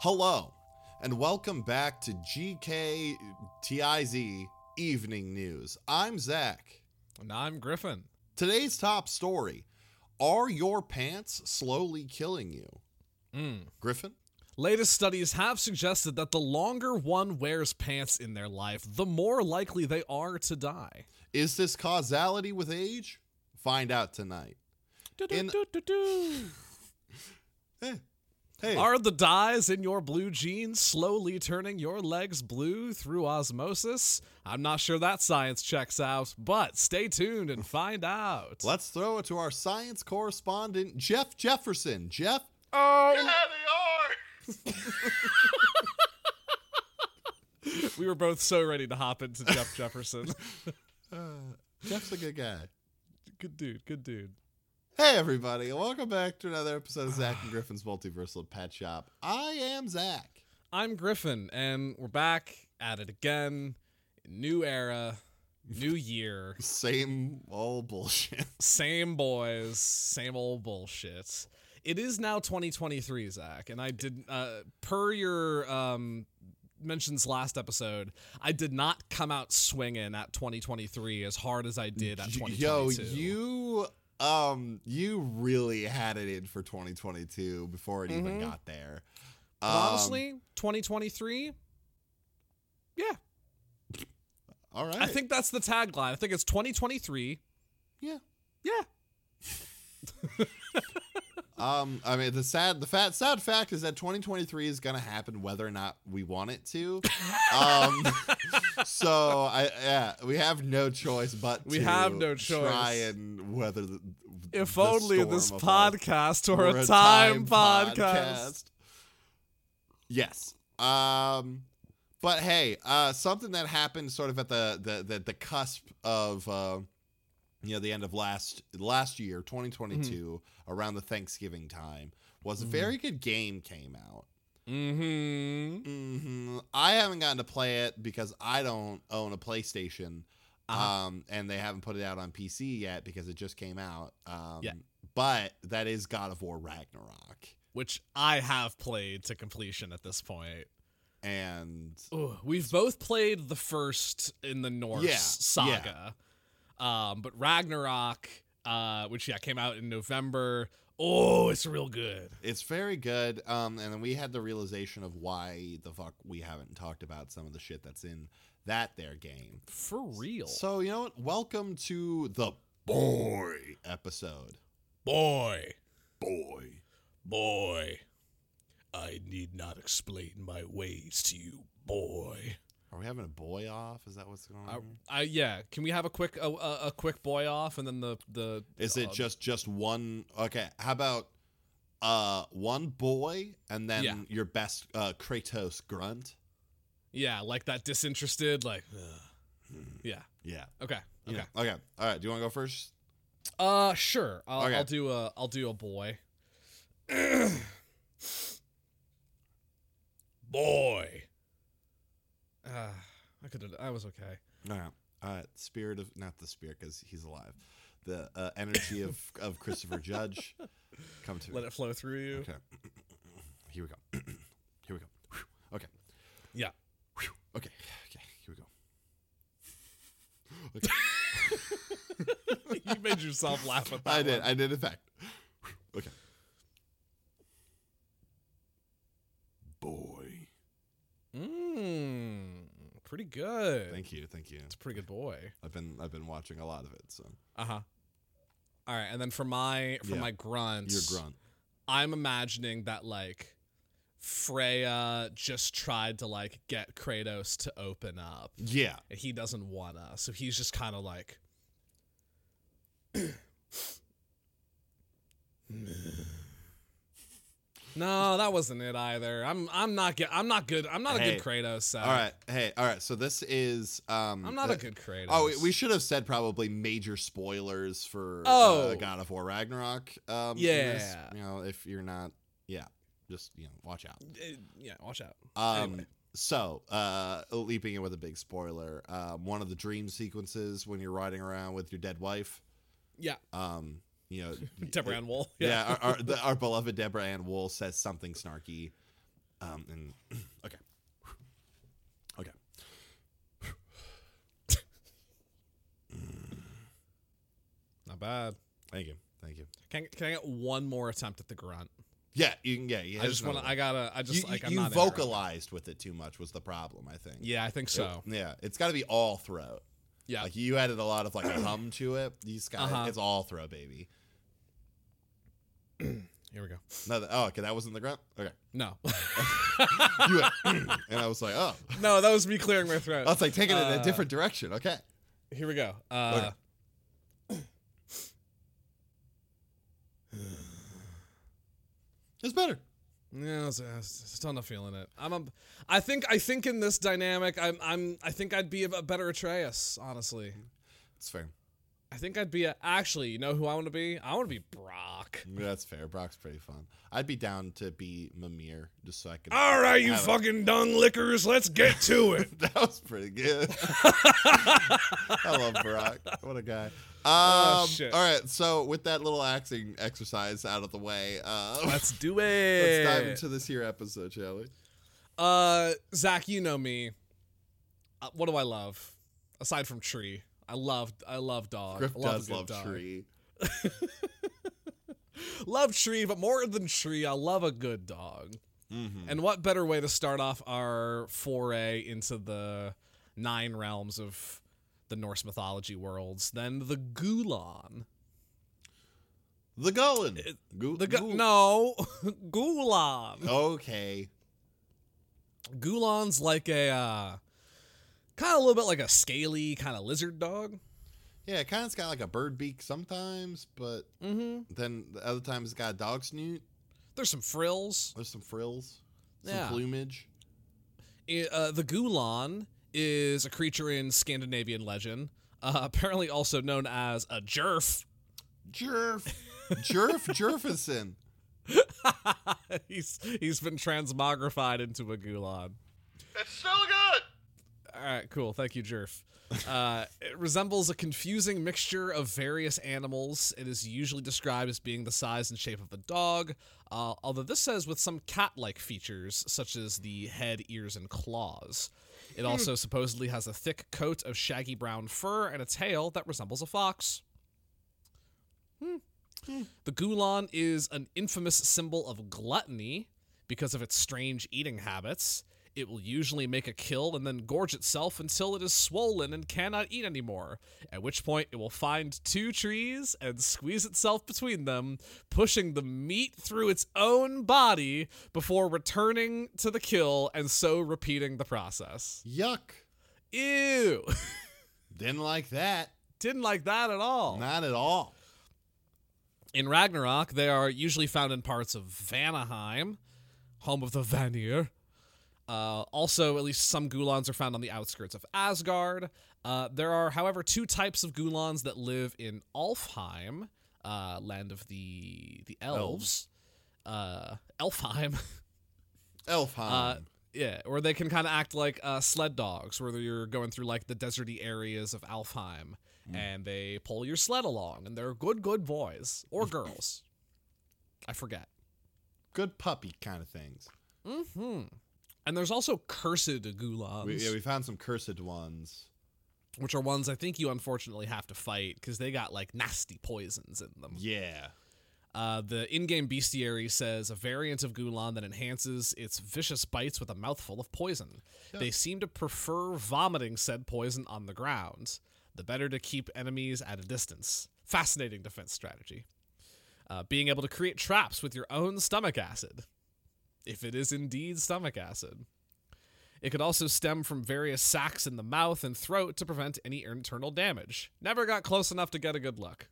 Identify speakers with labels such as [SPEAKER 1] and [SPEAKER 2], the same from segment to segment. [SPEAKER 1] Hello, and welcome back to GKTIZ Evening News. I'm Zach.
[SPEAKER 2] And I'm Griffin.
[SPEAKER 1] Today's top story Are your pants slowly killing you?
[SPEAKER 2] Mm.
[SPEAKER 1] Griffin?
[SPEAKER 2] Latest studies have suggested that the longer one wears pants in their life, the more likely they are to die.
[SPEAKER 1] Is this causality with age? Find out tonight. In-
[SPEAKER 2] Do-do-do-do-do.
[SPEAKER 1] Eh. Hey,
[SPEAKER 2] Are the dyes in your blue jeans slowly turning your legs blue through osmosis? I'm not sure that science checks out, but stay tuned and find out.
[SPEAKER 1] let's throw it to our science correspondent, Jeff Jefferson. Jeff,
[SPEAKER 2] We were both so ready to hop into Jeff Jefferson.
[SPEAKER 1] Jeff's a good guy.
[SPEAKER 2] good dude, good dude.
[SPEAKER 1] Hey, everybody, and welcome back to another episode of Zach and Griffin's Multiversal Pet Shop. I am Zach.
[SPEAKER 2] I'm Griffin, and we're back at it again. New era, new year,
[SPEAKER 1] Same old bullshit.
[SPEAKER 2] same boys, same old bullshit. It is now 2023, Zach, and I did uh, per your um, mentions last episode. I did not come out swinging at 2023 as hard as I did at
[SPEAKER 1] Y- Yo,
[SPEAKER 2] 2022.
[SPEAKER 1] you um you really had it in for 2022 before it even
[SPEAKER 2] Mhm.
[SPEAKER 1] got there.
[SPEAKER 2] But
[SPEAKER 1] Mm-hmm. Um,
[SPEAKER 2] honestly, 2023. Yeah,
[SPEAKER 1] all right.
[SPEAKER 2] I think that's the tagline. I think it's 2023.
[SPEAKER 1] Yeah.
[SPEAKER 2] Yeah.
[SPEAKER 1] um I mean the sad the fat sad fact is that 2023 is going to happen whether or not we want it to. um so I yeah, we have no choice but
[SPEAKER 2] We
[SPEAKER 1] to
[SPEAKER 2] have no
[SPEAKER 1] try
[SPEAKER 2] choice.
[SPEAKER 1] and weather the
[SPEAKER 2] If
[SPEAKER 1] the
[SPEAKER 2] only this
[SPEAKER 1] storm of all-
[SPEAKER 2] podcast were,
[SPEAKER 1] Or
[SPEAKER 2] a time, podcast.
[SPEAKER 1] Yes. Um, but hey, uh, something that happened sort of at the the the, the cusp of uh, you know the end of last last year, 2022,
[SPEAKER 2] Mm-hmm.
[SPEAKER 1] around the Thanksgiving time, was a
[SPEAKER 2] Mhm.
[SPEAKER 1] very good game came out.
[SPEAKER 2] Mm-hmm.
[SPEAKER 1] hmm I haven't gotten to play it because I don't own a PlayStation,
[SPEAKER 2] Uh-huh.
[SPEAKER 1] um, and they haven't put it out on PC yet because it just came out. Um,
[SPEAKER 2] Yeah.
[SPEAKER 1] But that is God of War Ragnarok.
[SPEAKER 2] Which I have played to completion at this point.
[SPEAKER 1] and
[SPEAKER 2] We've both played the first in the Norse
[SPEAKER 1] Yeah,
[SPEAKER 2] saga. Um, but Ragnarok, uh, which yeah, came out in November. Oh, it's real good.
[SPEAKER 1] it's very good. Um, and then we had the realization of why the fuck we haven't talked about some of the shit that's in that their game.
[SPEAKER 2] For real.
[SPEAKER 1] So you know what? Welcome to the boy episode.
[SPEAKER 2] boy,
[SPEAKER 1] Boy.
[SPEAKER 2] boy. I need not explain my ways to you, boy.
[SPEAKER 1] Are we having a boy off? Is that what's going on?
[SPEAKER 2] I, I yeah. Can we have a quick a, a, a quick boy off and then the the
[SPEAKER 1] Is it
[SPEAKER 2] uh,
[SPEAKER 1] just just one? Okay, how about uh one boy and then
[SPEAKER 2] Yeah.
[SPEAKER 1] your best uh Kratos grunt?
[SPEAKER 2] yeah like that disinterested like ugh. yeah
[SPEAKER 1] Yeah.
[SPEAKER 2] okay okay
[SPEAKER 1] Yeah. Okay. All right. Do you want to go first?
[SPEAKER 2] uh sure I'll,
[SPEAKER 1] Okay.
[SPEAKER 2] I'll do a I'll do a boy boy uh, I could I was okay
[SPEAKER 1] No, no. Uh, spirit of not the spirit because he's alive. The uh, energy of of Christopher Judge come to
[SPEAKER 2] let
[SPEAKER 1] me.
[SPEAKER 2] it flow through you
[SPEAKER 1] Okay. Here we go. here we go. Whew. Okay.
[SPEAKER 2] Yeah.
[SPEAKER 1] Whew. Okay. Okay. Here we go. Okay.
[SPEAKER 2] you made yourself laugh at that
[SPEAKER 1] I did.
[SPEAKER 2] one.
[SPEAKER 1] I did. In fact. Whew. Okay. Boy.
[SPEAKER 2] mm, pretty good
[SPEAKER 1] Thank you. Thank you.
[SPEAKER 2] it's a pretty good boy
[SPEAKER 1] I've been I've been watching a lot of it. So
[SPEAKER 2] Uh huh. All right, and then for my for
[SPEAKER 1] Yeah.
[SPEAKER 2] my grunt,
[SPEAKER 1] your grunt.
[SPEAKER 2] I'm imagining that like Freya just tried to like get Kratos to open up,
[SPEAKER 1] Yeah.
[SPEAKER 2] and he doesn't wanna, so he's just kind of like, No, that wasn't it either. I'm I'm not ge- I'm not good. I'm not a
[SPEAKER 1] Hey.
[SPEAKER 2] good Kratos. So.
[SPEAKER 1] All right. Hey, all right. So this is um
[SPEAKER 2] Uh, I'm not
[SPEAKER 1] the-
[SPEAKER 2] a good Kratos.
[SPEAKER 1] Oh, we- we should have said probably major spoilers for uh,
[SPEAKER 2] Oh.
[SPEAKER 1] God of War Ragnarok. Um, in this.
[SPEAKER 2] Yeah.
[SPEAKER 1] you know if you're not, yeah, just you know watch out.
[SPEAKER 2] Uh, yeah, watch out.
[SPEAKER 1] Um,
[SPEAKER 2] Anyway.
[SPEAKER 1] So, uh, leaping in with a big spoiler, um, one of the dream sequences when you're riding around with your dead wife,
[SPEAKER 2] Yeah,
[SPEAKER 1] um, you know,
[SPEAKER 2] Deborah Ann Wool.
[SPEAKER 1] yeah, our, our, the, our beloved Deborah Ann Wool says something snarky, um, and okay, okay.
[SPEAKER 2] not bad.
[SPEAKER 1] Thank you, thank you.
[SPEAKER 2] Can can I get one more attempt at the grunt?
[SPEAKER 1] Yeah, you can. Yeah, yeah.
[SPEAKER 2] I just want to. I gotta. I just
[SPEAKER 1] you,
[SPEAKER 2] like.
[SPEAKER 1] you-
[SPEAKER 2] I'm
[SPEAKER 1] you
[SPEAKER 2] not into it.
[SPEAKER 1] vocalized with it too much was the problem. I think.
[SPEAKER 2] Yeah, I think so.
[SPEAKER 1] yeah, it's got to be all throat.
[SPEAKER 2] Yeah.
[SPEAKER 1] Like you added a lot of like hum to it. You just got
[SPEAKER 2] Uh-huh.
[SPEAKER 1] it's all throw, baby.
[SPEAKER 2] Here we go.
[SPEAKER 1] No, that, oh, okay, that wasn't the grunt. Okay,
[SPEAKER 2] No,
[SPEAKER 1] you went, and I was like, oh,
[SPEAKER 2] no, that was me clearing my
[SPEAKER 1] I
[SPEAKER 2] throat.
[SPEAKER 1] was like taking it in a
[SPEAKER 2] Uh,
[SPEAKER 1] different direction. Okay,
[SPEAKER 2] Here we go. Uh,
[SPEAKER 1] it's better.
[SPEAKER 2] No, it's, it's still not feeling it. I'm a, I think I think in this dynamic, I'm I'm I think I'd be a better Atreus, honestly.
[SPEAKER 1] It's fair.
[SPEAKER 2] I think I'd be a, actually. You know who I want to be? I want to be Brock.
[SPEAKER 1] That's fair. Brock's pretty fun. I'd be down to be Mimir just so I can.
[SPEAKER 2] All right, you
[SPEAKER 1] have it.
[SPEAKER 2] fucking dung lickers, let's get to it.
[SPEAKER 1] That was pretty good. I love Barack. What a guy. Um,
[SPEAKER 2] Oh, shit.
[SPEAKER 1] All right. So with that little acting exercise out of the way, uh, let's,
[SPEAKER 2] let's do
[SPEAKER 1] let's
[SPEAKER 2] it.
[SPEAKER 1] dive into this here episode, shall we?
[SPEAKER 2] Uh, Zach, you know me. Uh, what do I love aside from tree? I love I love dog.
[SPEAKER 1] Griff
[SPEAKER 2] I love a
[SPEAKER 1] does
[SPEAKER 2] good
[SPEAKER 1] love
[SPEAKER 2] dog.
[SPEAKER 1] tree.
[SPEAKER 2] Love tree, but more than tree, I love a good dog.
[SPEAKER 1] Mm-hmm.
[SPEAKER 2] And what better way to start off our foray into the nine realms of the Norse mythology worlds than the Gulan?
[SPEAKER 1] The Golan. Gu-
[SPEAKER 2] The gu-
[SPEAKER 1] Gu-
[SPEAKER 2] no, Gulan.
[SPEAKER 1] Okay.
[SPEAKER 2] Gulan's like a uh, kind of a little bit like a scaly kind of lizard dog.
[SPEAKER 1] Yeah, it kind of's got like a bird beak sometimes, but
[SPEAKER 2] Mm-hmm.
[SPEAKER 1] then the other times it's got a dog snoot.
[SPEAKER 2] There's some frills.
[SPEAKER 1] There's some frills, some
[SPEAKER 2] Yeah.
[SPEAKER 1] plumage.
[SPEAKER 2] I- uh, the Gulan is a creature in Scandinavian legend, uh, apparently also known as a jerf.
[SPEAKER 1] Jerf. Jerf Jerfison.
[SPEAKER 2] he's he's been transmogrified into a gulan.
[SPEAKER 3] It's still good.
[SPEAKER 2] All right, cool. Thank you, Jerf. Uh, it resembles a confusing mixture of various animals. It is usually described as being the size and shape of a dog, uh, although this says with some cat like features, such as the head, ears, and claws.
[SPEAKER 3] Hmm.
[SPEAKER 2] It also supposedly has a thick coat of shaggy brown fur and a tail that resembles a fox. The Gulan is an infamous symbol of gluttony because of its strange eating habits. It will usually make a kill and then gorge itself until it is swollen and cannot eat anymore, at which point it will find two trees and squeeze itself between them, pushing the meat through its own body before returning to the kill and so repeating the process.
[SPEAKER 1] Yuck.
[SPEAKER 2] Ew!
[SPEAKER 1] Didn't like that.
[SPEAKER 2] Didn't like that at all.
[SPEAKER 1] Not at all.
[SPEAKER 2] In Ragnarok, they are usually found in parts of Vanaheim, home of the Vanir. Uh, also, at least some Gulans are found on the outskirts of Asgard. Uh, there are, however, two types of Gulans that live in Alfheim, uh, land of the the elves. Uh, Elfheim,
[SPEAKER 1] Elfheim.
[SPEAKER 2] Uh,
[SPEAKER 1] Um,
[SPEAKER 2] yeah, or they can kind of act like uh, sled dogs, where you're going through like the deserty areas of Alfheim,
[SPEAKER 1] Mm.
[SPEAKER 2] and they pull your sled along, and they're good, good boys
[SPEAKER 1] Mm.
[SPEAKER 2] or girls. I forget.
[SPEAKER 1] Good puppy kind of things.
[SPEAKER 2] Hmm. And there's also cursed gulans,
[SPEAKER 1] We, yeah, we found some cursed ones.
[SPEAKER 2] which are ones I think you unfortunately have to fight because they got like nasty poisons in them.
[SPEAKER 1] Yeah.
[SPEAKER 2] Uh, the in-game bestiary says a variant of Gulan that enhances its vicious bites with a mouthful of poison. They seem to prefer vomiting said poison on the ground, the better to keep enemies at a distance. Fascinating defense strategy. Uh, being able to create traps with your own stomach acid, if it is indeed stomach acid. It could also stem from various sacs in the mouth and throat to prevent any internal damage. Never got close enough to get a good look.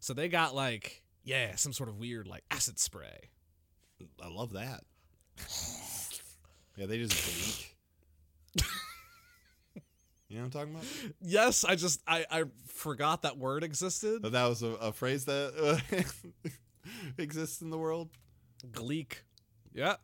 [SPEAKER 2] So they got like yeah, some sort of weird like acid spray.
[SPEAKER 1] I love that. Yeah, they just blink. you know what I'm talking about?
[SPEAKER 2] Yes, I just I I forgot that word existed.
[SPEAKER 1] That was a, a phrase that uh, exists in the world.
[SPEAKER 2] Gleek. Yep.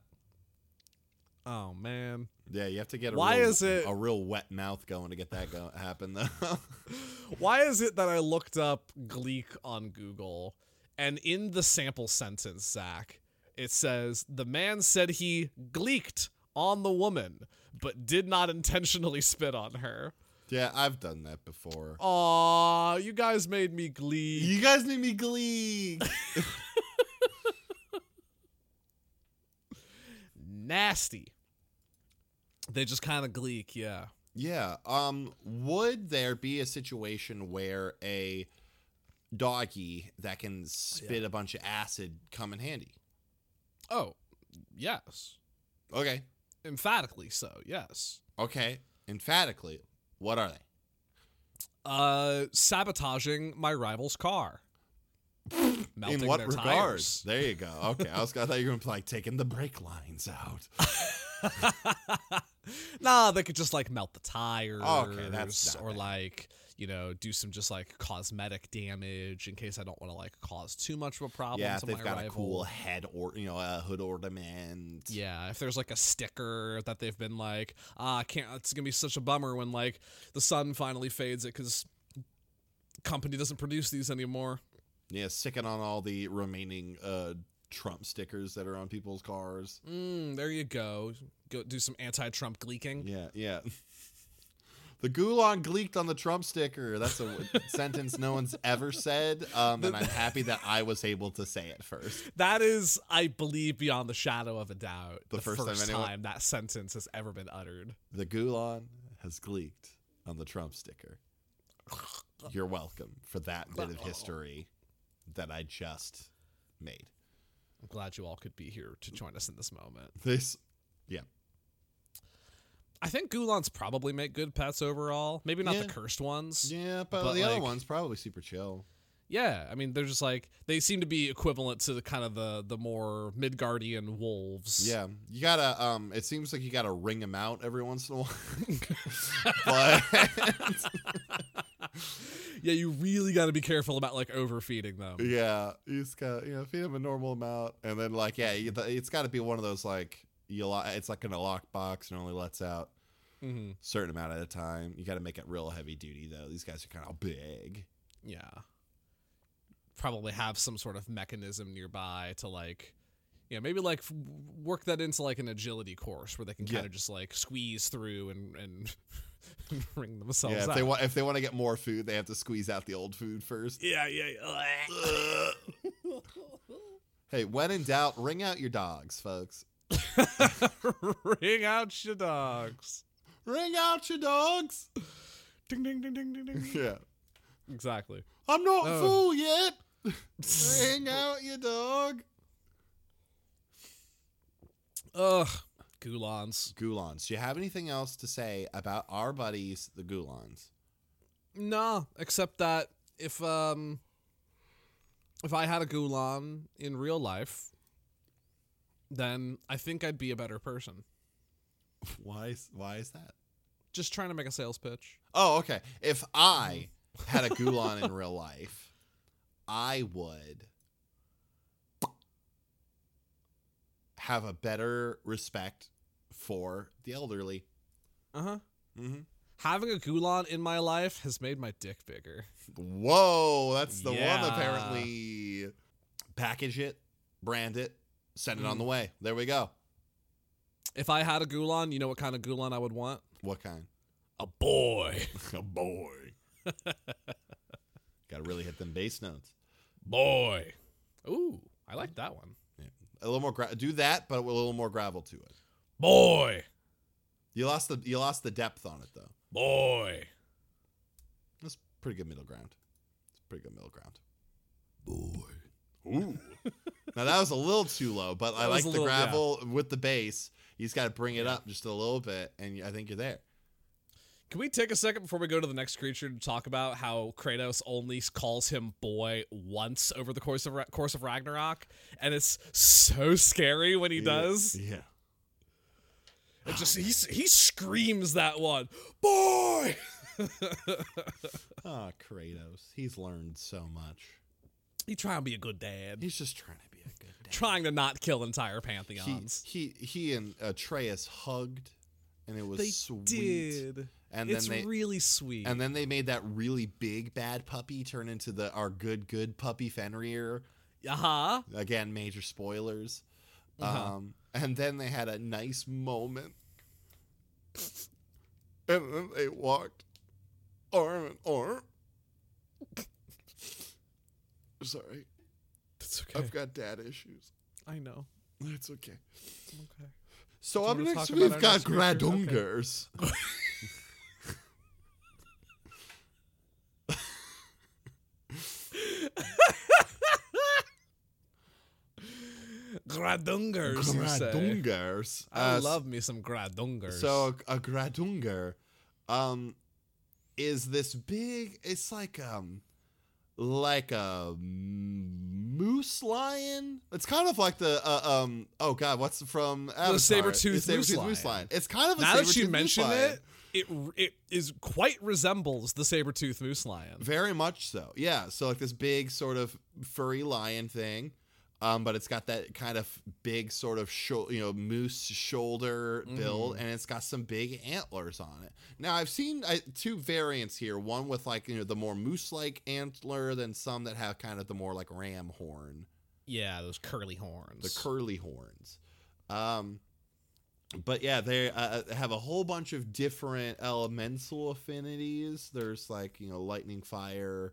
[SPEAKER 2] Oh man.
[SPEAKER 1] Yeah, you have to get a
[SPEAKER 2] Why
[SPEAKER 1] real,
[SPEAKER 2] is it-
[SPEAKER 1] a real wet mouth going to get that go- happen though.
[SPEAKER 2] Why is it that I looked up Gleek on Google and in the sample sentence, Zach, it says the man said he gleeked on the woman, but did not intentionally spit on her.
[SPEAKER 1] yeah, I've done that before.
[SPEAKER 2] Oh, Aw, you guys made me gleek.
[SPEAKER 1] You guys need me glee.
[SPEAKER 2] Nasty. They just kind of gleek, yeah.
[SPEAKER 1] yeah. Um. Would there be a situation where a doggy that can spit a bunch of acid come in handy?
[SPEAKER 2] Oh, yes.
[SPEAKER 1] Okay.
[SPEAKER 2] Emphatically so, yes.
[SPEAKER 1] Okay. Emphatically. What are they?
[SPEAKER 2] Uh, sabotaging my rival's car. Melting
[SPEAKER 1] in what
[SPEAKER 2] their
[SPEAKER 1] regards?
[SPEAKER 2] tires.
[SPEAKER 1] There you go. Okay. I was I thought you were gonna be like taking the brake lines out.
[SPEAKER 2] nah, they could just like melt the tires
[SPEAKER 1] Okay, that's not
[SPEAKER 2] or
[SPEAKER 1] bad.
[SPEAKER 2] like, you know, do some just like cosmetic damage in case I don't want to like cause too much of a problem
[SPEAKER 1] yeah, if
[SPEAKER 2] to
[SPEAKER 1] they've
[SPEAKER 2] my
[SPEAKER 1] got
[SPEAKER 2] rival.
[SPEAKER 1] a cool head or you know a hood ornament.
[SPEAKER 2] yeah, if there's like a sticker that they've been like, ah, I can't. It's gonna be such a bummer when like the sun finally fades it because company doesn't produce these anymore.
[SPEAKER 1] Yeah, sicking on all the remaining uh, Trump stickers that are on people's cars.
[SPEAKER 2] Mm, there you go. Go do some anti-Trump gleeking.
[SPEAKER 1] Yeah, yeah. The Gulon gleeked on the Trump sticker. That's a sentence no one's ever said, um, and I'm happy that I was able to say it first.
[SPEAKER 2] That is, I believe, beyond the shadow of a doubt,
[SPEAKER 1] The
[SPEAKER 2] the,
[SPEAKER 1] first
[SPEAKER 2] first,
[SPEAKER 1] time anyone-
[SPEAKER 2] time that sentence has ever been uttered.
[SPEAKER 1] The Gulon has gleeked on the Trump sticker. You're welcome for that bit of history that I just made.
[SPEAKER 2] I'm glad you all could be here
[SPEAKER 1] Mm.
[SPEAKER 2] to join us in this moment.
[SPEAKER 1] This, yeah,
[SPEAKER 2] I think Goulons probably make good pets overall. Maybe not
[SPEAKER 1] Yeah.
[SPEAKER 2] the cursed ones. Yeah.
[SPEAKER 1] yeah, but,
[SPEAKER 2] But,
[SPEAKER 1] the other
[SPEAKER 2] like-
[SPEAKER 1] one's probably super chill.
[SPEAKER 2] I mean, they're just like they seem to be equivalent to the kind of the the more Midgardian wolves.
[SPEAKER 1] Yeah, you gotta. Um, it seems like you gotta ring them out every once in a while. but
[SPEAKER 2] yeah. You really got to be careful about like overfeeding them.
[SPEAKER 1] yeah, you just gotta you know feed them a normal amount, and then like yeah, you- it's got to be one of those like you lock. It's like in a lock box and only lets out
[SPEAKER 2] hmm
[SPEAKER 1] a certain amount at a time. You got to make it real heavy duty though. These guys are kind of big.
[SPEAKER 2] Yeah. Probably have some sort of mechanism nearby to like yeah, maybe like f- work that into like an agility course where they can
[SPEAKER 1] Yeah.
[SPEAKER 2] kind of just like squeeze through and and wring themselves
[SPEAKER 1] yeah, if
[SPEAKER 2] out.
[SPEAKER 1] they want if they want to get more food, they have to squeeze out the old food first.
[SPEAKER 2] yeah, yeah. yeah.
[SPEAKER 1] Hey, when in doubt, ring out your dogs, folks.
[SPEAKER 2] Ring out your dogs.
[SPEAKER 1] Ring out your dogs.
[SPEAKER 2] Ding ding ding ding ding ding.
[SPEAKER 1] yeah.
[SPEAKER 2] exactly.
[SPEAKER 1] I'm not
[SPEAKER 2] Oh.
[SPEAKER 1] full yet. Hang out, you dog.
[SPEAKER 2] Ugh, Goulons.
[SPEAKER 1] Goulons, do you have anything else to say about our buddies, the Goulons?
[SPEAKER 2] No, except that if um if I had a Goulan in real life, then I think I'd be a better person.
[SPEAKER 1] Why? Is, why is that?
[SPEAKER 2] Just trying to make a sales pitch.
[SPEAKER 1] Oh, okay. If I had a Goulon in real life, I would have a better respect for the elderly.
[SPEAKER 2] Uh huh.
[SPEAKER 1] Mm-hmm.
[SPEAKER 2] Having a Goulan in my life has made my dick bigger.
[SPEAKER 1] Whoa, that's the one
[SPEAKER 2] Yeah.
[SPEAKER 1] apparently. Package it, brand it, send it on
[SPEAKER 2] Mm.
[SPEAKER 1] the way. There we go.
[SPEAKER 2] If I had a Goulan, you know what kind of Goulan I would want?
[SPEAKER 1] What kind?
[SPEAKER 2] A boy.
[SPEAKER 1] a boy. Got to really hit them bass notes.
[SPEAKER 2] Boy. Ooh, I like that one.
[SPEAKER 1] A little more gra- do that, but with a little more gravel to it.
[SPEAKER 2] Boy.
[SPEAKER 1] You lost the you lost the depth on it though.
[SPEAKER 2] Boy.
[SPEAKER 1] That's pretty good middle ground. It's pretty good middle ground. Boy. Ooh. now that was a little too low, but I
[SPEAKER 2] That was
[SPEAKER 1] like
[SPEAKER 2] a
[SPEAKER 1] the
[SPEAKER 2] little- yeah.
[SPEAKER 1] gravel with the bass. You just got to bring it up just a little bit, and I think you're there.
[SPEAKER 2] Can we take a second before we go to the next creature to talk about how Kratos only calls him boy once over the course of Ra- course of Ragnarok, and it's so scary when he does.
[SPEAKER 1] Yeah.
[SPEAKER 2] It just he s- he screams that one boy.
[SPEAKER 1] Ah, Kratos. He's learned so much.
[SPEAKER 2] He trying to be a good dad,
[SPEAKER 1] He's just trying to be a good dad.
[SPEAKER 2] trying to not kill entire
[SPEAKER 1] He,
[SPEAKER 2] pantheons.
[SPEAKER 1] he he and Atreus hugged, and it was
[SPEAKER 2] they
[SPEAKER 1] sweet.
[SPEAKER 2] did.
[SPEAKER 1] And
[SPEAKER 2] It's
[SPEAKER 1] then they
[SPEAKER 2] really sweet.
[SPEAKER 1] and then they made that really big bad puppy turn into the our good good puppy Fenrir.
[SPEAKER 2] uh huh.
[SPEAKER 1] Again, major spoilers.
[SPEAKER 2] Uh-huh.
[SPEAKER 1] Um, and then they had a nice moment, and then they walked arm in arm. Sorry,
[SPEAKER 2] That's okay.
[SPEAKER 1] I've got dad issues.
[SPEAKER 2] I know.
[SPEAKER 1] It's okay.
[SPEAKER 2] Okay.
[SPEAKER 1] So
[SPEAKER 2] Do you
[SPEAKER 1] up
[SPEAKER 2] wanna
[SPEAKER 1] next
[SPEAKER 2] talk
[SPEAKER 1] we've
[SPEAKER 2] about our
[SPEAKER 1] got
[SPEAKER 2] next creature? Okay.
[SPEAKER 1] Gradungers.
[SPEAKER 2] Gradungers, you say.
[SPEAKER 1] Gradungers.
[SPEAKER 2] I
[SPEAKER 1] Uh,
[SPEAKER 2] love me some Gradungers.
[SPEAKER 1] So a, a Gradunger, um, is this big? It's like um, like a m- moose lion. It's kind of like the uh, um. Oh God, what's from Avatar?
[SPEAKER 2] saber-toothed
[SPEAKER 1] The saber-toothed
[SPEAKER 2] moose lion.
[SPEAKER 1] It's kind of a
[SPEAKER 2] now that you
[SPEAKER 1] saber-toothed moose
[SPEAKER 2] mention
[SPEAKER 1] lion.
[SPEAKER 2] it, it it is quite resembles the saber tooth moose lion.
[SPEAKER 1] Very much so. Yeah. So like this big sort of furry lion thing. Um, but it's got that kind of big sort of sho- you know moose shoulder build, and it's got some big antlers on it. Now I've seen uh, two variants here. One with like you know the more moose-like antler, than some that have kind of the more like ram horn,
[SPEAKER 2] Yeah, those curly
[SPEAKER 1] the
[SPEAKER 2] horns.
[SPEAKER 1] curly horns. Um, but yeah, they uh, have a whole bunch of different elemental affinities. There's like you know lightning, fire.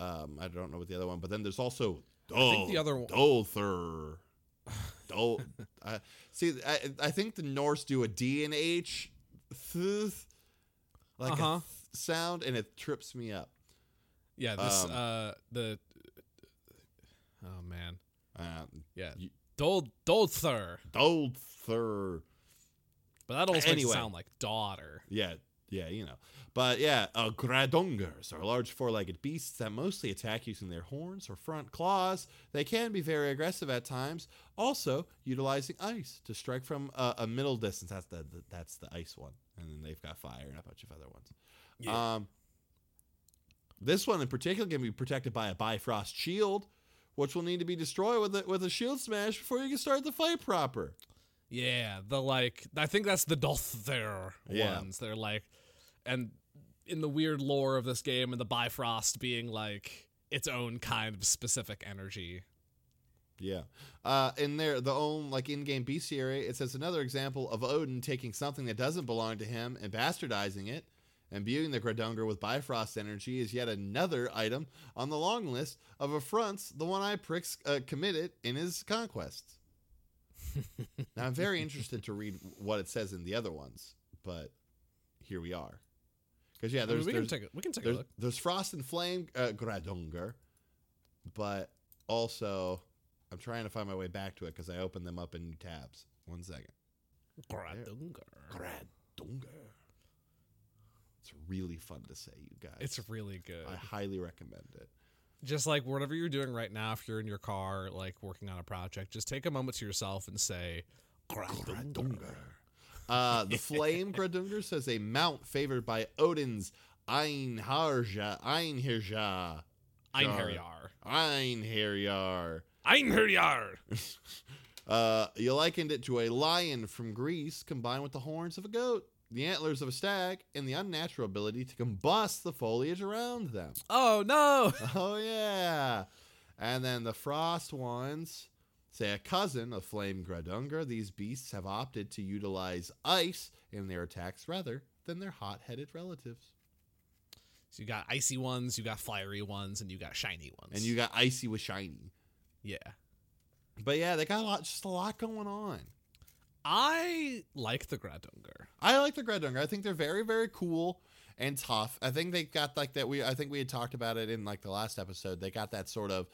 [SPEAKER 1] Um, I don't know what the other one, but then there's also Dol-
[SPEAKER 2] think the other one-
[SPEAKER 1] Dolther. Dol. uh, see, I, I think the Norse do a D and H, th, like
[SPEAKER 2] Uh-huh.
[SPEAKER 1] a th sound, and it trips me up.
[SPEAKER 2] yeah, this
[SPEAKER 1] um,
[SPEAKER 2] uh the oh man,
[SPEAKER 1] Um,
[SPEAKER 2] yeah,
[SPEAKER 1] You-
[SPEAKER 2] Dol Dolther,
[SPEAKER 1] Dolther.
[SPEAKER 2] but that almost makes
[SPEAKER 1] Anyway.
[SPEAKER 2] it sound like daughter.
[SPEAKER 1] Yeah, yeah, you know. But yeah, uh, gradungers are large four legged beasts that mostly attack using their horns or front claws. They can be very aggressive at times, also utilizing ice to strike from a, a middle distance. That's the, the that's the ice one. And then they've got fire and a bunch of other ones.
[SPEAKER 2] Yeah.
[SPEAKER 1] Um, this one in particular can be protected by a Bifrost shield, which will need to be destroyed with a, with a shield smash before you can start the fight proper.
[SPEAKER 2] Yeah, the like I think that's the Dolther
[SPEAKER 1] Yeah.
[SPEAKER 2] ones. They're like and in the weird lore of this game and the Bifrost being like its own kind of specific energy.
[SPEAKER 1] Yeah. Uh, in there, the own like in-game bestiary, it says another example of Odin taking something that doesn't belong to him and bastardizing it. Imbuing the Gradungar with Bifrost energy is yet another item on the long list of affronts the One-Eye Pricks uh, committed in his conquests. now, I'm very interested to read what it says in the other ones, but here we are. Because yeah,
[SPEAKER 2] I mean,
[SPEAKER 1] there's
[SPEAKER 2] we can
[SPEAKER 1] there's,
[SPEAKER 2] take a, we can take a
[SPEAKER 1] there's,
[SPEAKER 2] look.
[SPEAKER 1] there's frost and flame uh, Gradungar, but also I'm trying to find my way back to it because I opened them up in new tabs. One second.
[SPEAKER 2] Gradungar.
[SPEAKER 1] Gradungar. It's really fun to say, you guys.
[SPEAKER 2] It's really good.
[SPEAKER 1] I highly recommend it.
[SPEAKER 2] Just like whatever you're doing right now, if you're in your car, like working on a project, just take a moment to yourself and say, Gradungar.
[SPEAKER 1] Uh, the flame Gradungar says a mount favored by Odin's Einharja, Einhirja,
[SPEAKER 2] Einherjar.
[SPEAKER 1] Einherjar.
[SPEAKER 2] Einherjar.
[SPEAKER 1] Uh, you likened it to a lion from Greece combined with the horns of a goat, the antlers of a stag, and the unnatural ability to combust the foliage around them.
[SPEAKER 2] Oh, no.
[SPEAKER 1] Oh, yeah. And then the frost ones say a cousin of Flame Gradunga. These beasts have opted to utilize ice in their attacks rather than their hot headed relatives.
[SPEAKER 2] So you got icy ones, you got fiery ones, and you got shiny ones.
[SPEAKER 1] And you got icy with shiny.
[SPEAKER 2] Yeah.
[SPEAKER 1] But yeah, they got a lot, just a lot going on.
[SPEAKER 2] I like the Gradungar.
[SPEAKER 1] I like the Gredungar. I think they're very, very cool and tough. I think they got like that. We I think we had talked about it in like the last episode. They got that sort of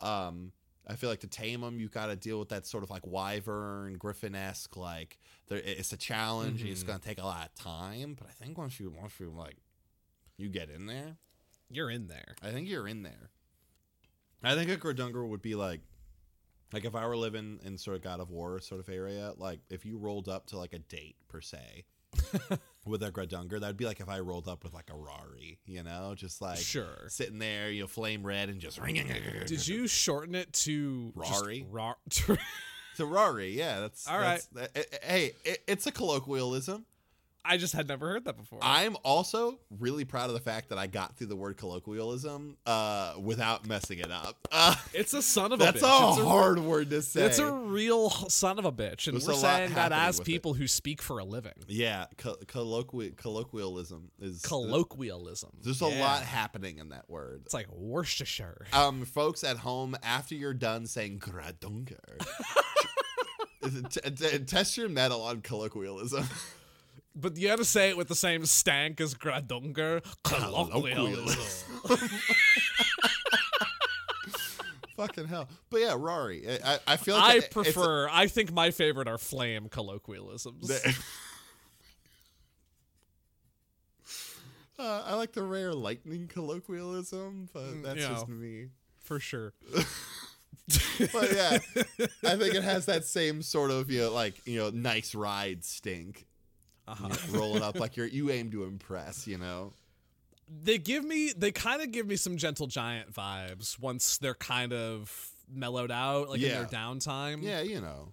[SPEAKER 1] um I feel like to tame them, you got to deal with that sort of like wyvern griffin esque like. There, it's a challenge. and It's
[SPEAKER 2] Mhm.
[SPEAKER 1] gonna take a lot of time, but I think once you once you like, you get in there,
[SPEAKER 2] You're in there.
[SPEAKER 1] I think you're in there. I think a Gordungra would be like, like if I were living in sort of God of War sort of area, like if you rolled up to like a date per se with a Gordungra, that'd be like if I rolled up with like a Rari, you know, just like
[SPEAKER 2] sure.
[SPEAKER 1] sitting there, you know, flame red and just ringing.
[SPEAKER 2] Did you shorten it to just
[SPEAKER 1] Rari?
[SPEAKER 2] Ra-
[SPEAKER 1] It's a Rari, yeah. That's
[SPEAKER 2] All
[SPEAKER 1] that's, that- eh, eh, hey, it, it's a colloquialism.
[SPEAKER 2] I just had never heard that before.
[SPEAKER 1] I'm also really proud of the fact that I got through the word colloquialism uh, without messing it up. Uh,
[SPEAKER 2] it's a son of
[SPEAKER 1] that's
[SPEAKER 2] a
[SPEAKER 1] a,
[SPEAKER 2] bitch. it's
[SPEAKER 1] hard word to say.
[SPEAKER 2] It's a real son of a bitch, and
[SPEAKER 1] There's
[SPEAKER 2] we're
[SPEAKER 1] a lot
[SPEAKER 2] saying that
[SPEAKER 1] happening
[SPEAKER 2] as
[SPEAKER 1] with
[SPEAKER 2] people who speak for a living.
[SPEAKER 1] Yeah, co- colloqui- colloquialism is uh,
[SPEAKER 2] Colloquialism.
[SPEAKER 1] There's a
[SPEAKER 2] Yeah.
[SPEAKER 1] lot happening in that word.
[SPEAKER 2] It's like Worcestershire.
[SPEAKER 1] Um, folks at home, after you're done saying "gradunger," t- t- test your metal on colloquialism.
[SPEAKER 2] But you gotta say it with the same stank as Gradunger. Colloquialism.
[SPEAKER 1] Colloquialism. Fucking hell! But yeah, Rory, I, I- I feel like
[SPEAKER 2] I
[SPEAKER 1] it- it's-
[SPEAKER 2] prefer, I think my favorite are flame colloquialisms.
[SPEAKER 1] The- Uh, I like the rare lightning colloquialism, but
[SPEAKER 2] Mm,
[SPEAKER 1] that's
[SPEAKER 2] yeah.
[SPEAKER 1] just me.
[SPEAKER 2] for sure.
[SPEAKER 1] But yeah, I think it has that same sort of you know, like you know, nice ride stink.
[SPEAKER 2] Uh-huh.
[SPEAKER 1] You know, rolling up like you're you aim to impress, you know.
[SPEAKER 2] They give me, they kind of give me some gentle giant vibes once they're kind of mellowed out, like in their
[SPEAKER 1] Yeah.
[SPEAKER 2] downtime.
[SPEAKER 1] Yeah, you know.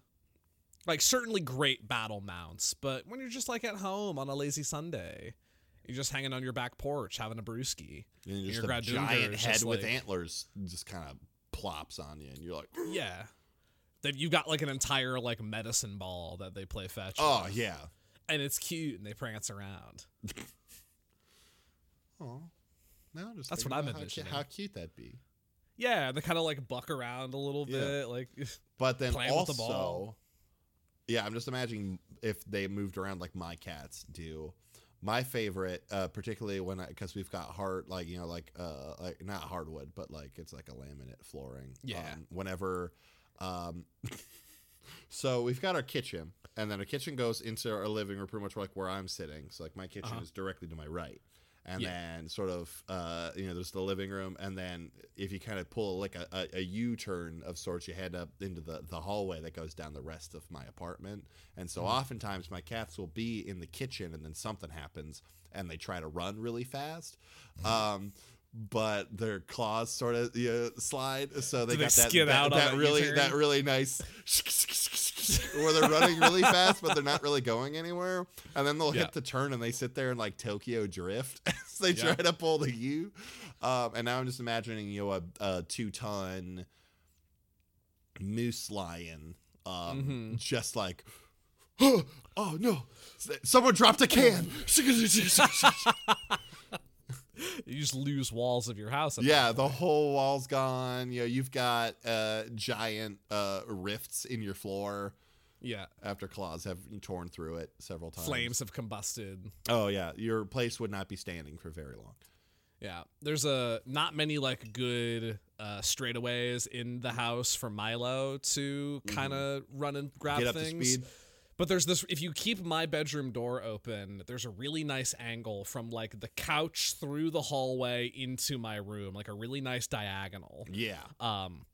[SPEAKER 2] Like, certainly great battle mounts, but when you're just like at home on a lazy Sunday, you're just hanging on your back porch having a brewski.
[SPEAKER 1] And just
[SPEAKER 2] Your
[SPEAKER 1] a
[SPEAKER 2] Gradunga
[SPEAKER 1] giant
[SPEAKER 2] is
[SPEAKER 1] head
[SPEAKER 2] just
[SPEAKER 1] with
[SPEAKER 2] like-
[SPEAKER 1] antlers just kind of plops on you, and you're like,
[SPEAKER 2] Yeah. That you've got like an entire like medicine ball that they play fetch.
[SPEAKER 1] oh
[SPEAKER 2] with.
[SPEAKER 1] yeah.
[SPEAKER 2] and it's cute and they prance around.
[SPEAKER 1] Oh, now I'm just
[SPEAKER 2] That's
[SPEAKER 1] thinking
[SPEAKER 2] what I'm
[SPEAKER 1] about how, cu-
[SPEAKER 2] envisioning.
[SPEAKER 1] how cute that'd be.
[SPEAKER 2] Yeah, and they kind of like buck around a little
[SPEAKER 1] Yeah.
[SPEAKER 2] bit, like
[SPEAKER 1] But then
[SPEAKER 2] Playing with
[SPEAKER 1] also,
[SPEAKER 2] the ball.
[SPEAKER 1] yeah, I'm just imagining if they moved around like my cats do. My favorite, uh, particularly when because we've got hard, like you know, like uh, like not hardwood, but like it's like a laminate flooring.
[SPEAKER 2] Yeah.
[SPEAKER 1] Um, whenever, um, so we've got our kitchen, and then our kitchen goes into our living room, pretty much like where I'm sitting. So like my kitchen
[SPEAKER 2] Uh-huh.
[SPEAKER 1] is directly to my right, and
[SPEAKER 2] Yeah.
[SPEAKER 1] then sort of uh, you know there's the living room, and then if you kind of pull like a, a, a U-turn of sorts, you head up into the the hallway that goes down the rest of my apartment. And so
[SPEAKER 2] Mm-hmm.
[SPEAKER 1] oftentimes my cats will be in the kitchen, and then something happens, and they try to run really fast.
[SPEAKER 2] Mm-hmm.
[SPEAKER 1] Um, But their claws sort of you know, slide, so they
[SPEAKER 2] Do they
[SPEAKER 1] got that,
[SPEAKER 2] skid
[SPEAKER 1] that,
[SPEAKER 2] out on
[SPEAKER 1] that
[SPEAKER 2] that
[SPEAKER 1] really
[SPEAKER 2] U-turn?
[SPEAKER 1] that really nice where they're running really fast, but they're not really going anywhere. And then they'll
[SPEAKER 2] Yeah.
[SPEAKER 1] hit the turn and they sit there and like Tokyo drift as they
[SPEAKER 2] Yeah.
[SPEAKER 1] try to pull the U. Um, and now I'm just imagining you know a, a two ton moose lion, um,
[SPEAKER 2] Mhm.
[SPEAKER 1] just like. Oh, oh no! Someone dropped a can.
[SPEAKER 2] you just lose walls of your house. at
[SPEAKER 1] Yeah,
[SPEAKER 2] that
[SPEAKER 1] the
[SPEAKER 2] point.
[SPEAKER 1] whole wall's gone. You know, you've got uh, giant uh, rifts in your floor
[SPEAKER 2] yeah,
[SPEAKER 1] after claws have torn through it several times.
[SPEAKER 2] flames have combusted.
[SPEAKER 1] Oh yeah, your place would not be standing for very long.
[SPEAKER 2] Yeah, there's a not many like good uh straightaways in the house for Milo to kind of run and grab
[SPEAKER 1] Mm-hmm. Get up
[SPEAKER 2] things.
[SPEAKER 1] to speed.
[SPEAKER 2] But there's this if you keep my bedroom door open, there's a really nice angle from like the couch through the hallway into my room, like a really nice diagonal.
[SPEAKER 1] Yeah.
[SPEAKER 2] Um,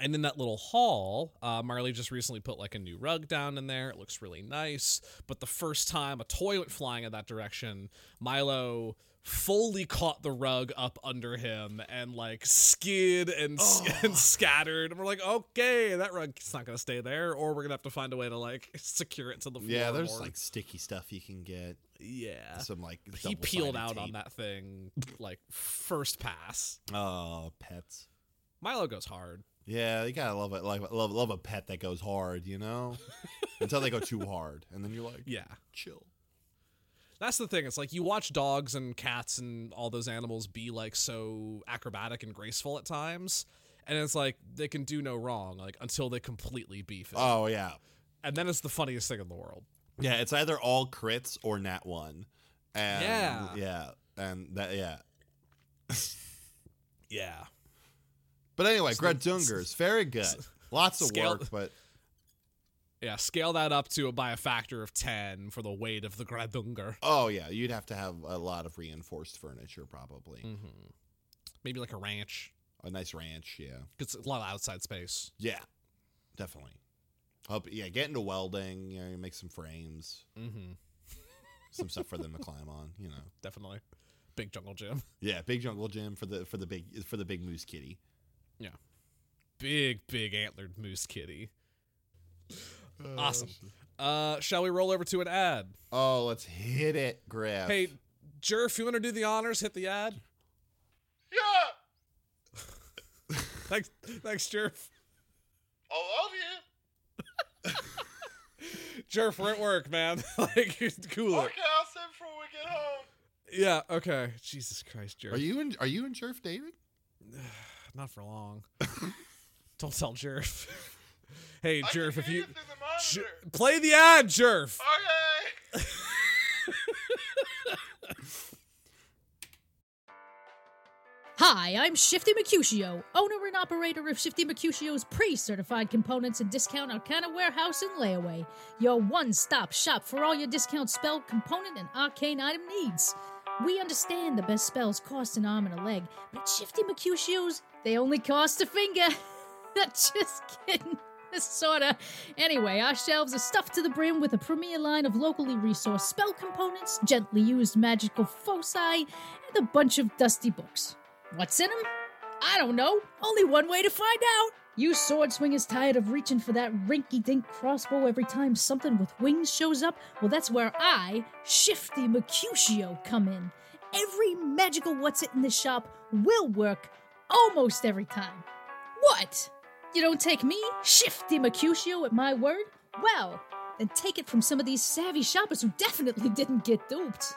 [SPEAKER 2] and in that little hall, uh, Marley just recently put like a new rug down in there. It looks really nice. But the first time a toy went flying in that direction, Milo fully caught the rug up under him and like skid and, s-
[SPEAKER 1] Oh.
[SPEAKER 2] and scattered. And we're like, okay, that rug's not going to stay there, or we're going to have to find a way to like secure it to the floor.
[SPEAKER 1] Yeah, there's like sticky stuff you can get.
[SPEAKER 2] yeah.
[SPEAKER 1] Some like
[SPEAKER 2] He peeled out
[SPEAKER 1] double-sided
[SPEAKER 2] on that thing like first pass.
[SPEAKER 1] tape. Oh, pets.
[SPEAKER 2] Milo goes hard.
[SPEAKER 1] Yeah, you gotta love it. Like love love a pet that goes hard, you know, until they go too hard, and then you're like,
[SPEAKER 2] Yeah.
[SPEAKER 1] chill.
[SPEAKER 2] That's the thing. It's like you watch dogs and cats and all those animals be like so acrobatic and graceful at times. And it's like they can do no wrong, like until they completely beef it.
[SPEAKER 1] Oh yeah,
[SPEAKER 2] and then it's the funniest thing in the world.
[SPEAKER 1] yeah. It's either all crits or nat one. And,
[SPEAKER 2] Yeah.
[SPEAKER 1] yeah, and that yeah.
[SPEAKER 2] Yeah.
[SPEAKER 1] But anyway,
[SPEAKER 2] Still-
[SPEAKER 1] Gradungers, very good. Lots of
[SPEAKER 2] Scale-
[SPEAKER 1] work, but
[SPEAKER 2] Yeah, scale that up to by a factor of ten for the weight of the Gradunger.
[SPEAKER 1] oh yeah, you'd have to have a lot of reinforced furniture, probably
[SPEAKER 2] hmm Maybe like a ranch.
[SPEAKER 1] a nice ranch. Yeah,
[SPEAKER 2] It's a lot of outside space.
[SPEAKER 1] yeah, definitely. Help, yeah, get into welding. You know, you make some frames,
[SPEAKER 2] Mm-hmm.
[SPEAKER 1] some stuff for them to climb on. You know,
[SPEAKER 2] Definitely, big jungle gym.
[SPEAKER 1] yeah, big jungle gym for the for the big for the big moose kitty.
[SPEAKER 2] Big, big antlered moose kitty. Awesome. Uh, shall we roll over to an ad?
[SPEAKER 1] Oh, let's hit it, Griff.
[SPEAKER 2] Hey, Jerf, you want to do the honors? Hit the ad.
[SPEAKER 3] Yeah,
[SPEAKER 2] Thanks, thanks, Jerf.
[SPEAKER 3] I love you.
[SPEAKER 2] Jerf, we're at work, man. like, cool. it.
[SPEAKER 3] I'll send for when we get home.
[SPEAKER 2] Yeah. Okay. Jesus Christ, Jerf.
[SPEAKER 1] are you in, are you and Jerf dating?
[SPEAKER 2] Not for long. Don't tell Jerf. hey, Jerf, if you J- play the ad, Jerf.
[SPEAKER 3] Okay.
[SPEAKER 4] Hi, I'm Shifty Mercutio, owner and operator of Shifty Mercutio's pre certified components and discount arcana warehouse and layaway, your one stop shop for all your discount spell, component, and arcane item needs. We understand the best spells cost an arm and a leg, but at Shifty Mercutio's, they only cost a finger. Just kidding. Sorta. Anyway, our shelves are stuffed to the brim with a premier line of locally resourced spell components, gently used magical foci, and a bunch of dusty books. What's in them? I don't know. Only one way to find out. You sword swingers tired of reaching for that rinky dink crossbow every time something with wings shows up? Well, that's where I, Shifty Mercutio, come in. Every magical what's it in the shop will work almost every time. What? You don't take me, Shifty Mercutio, at my word? Well, then take it from some of these savvy shoppers who definitely didn't get duped.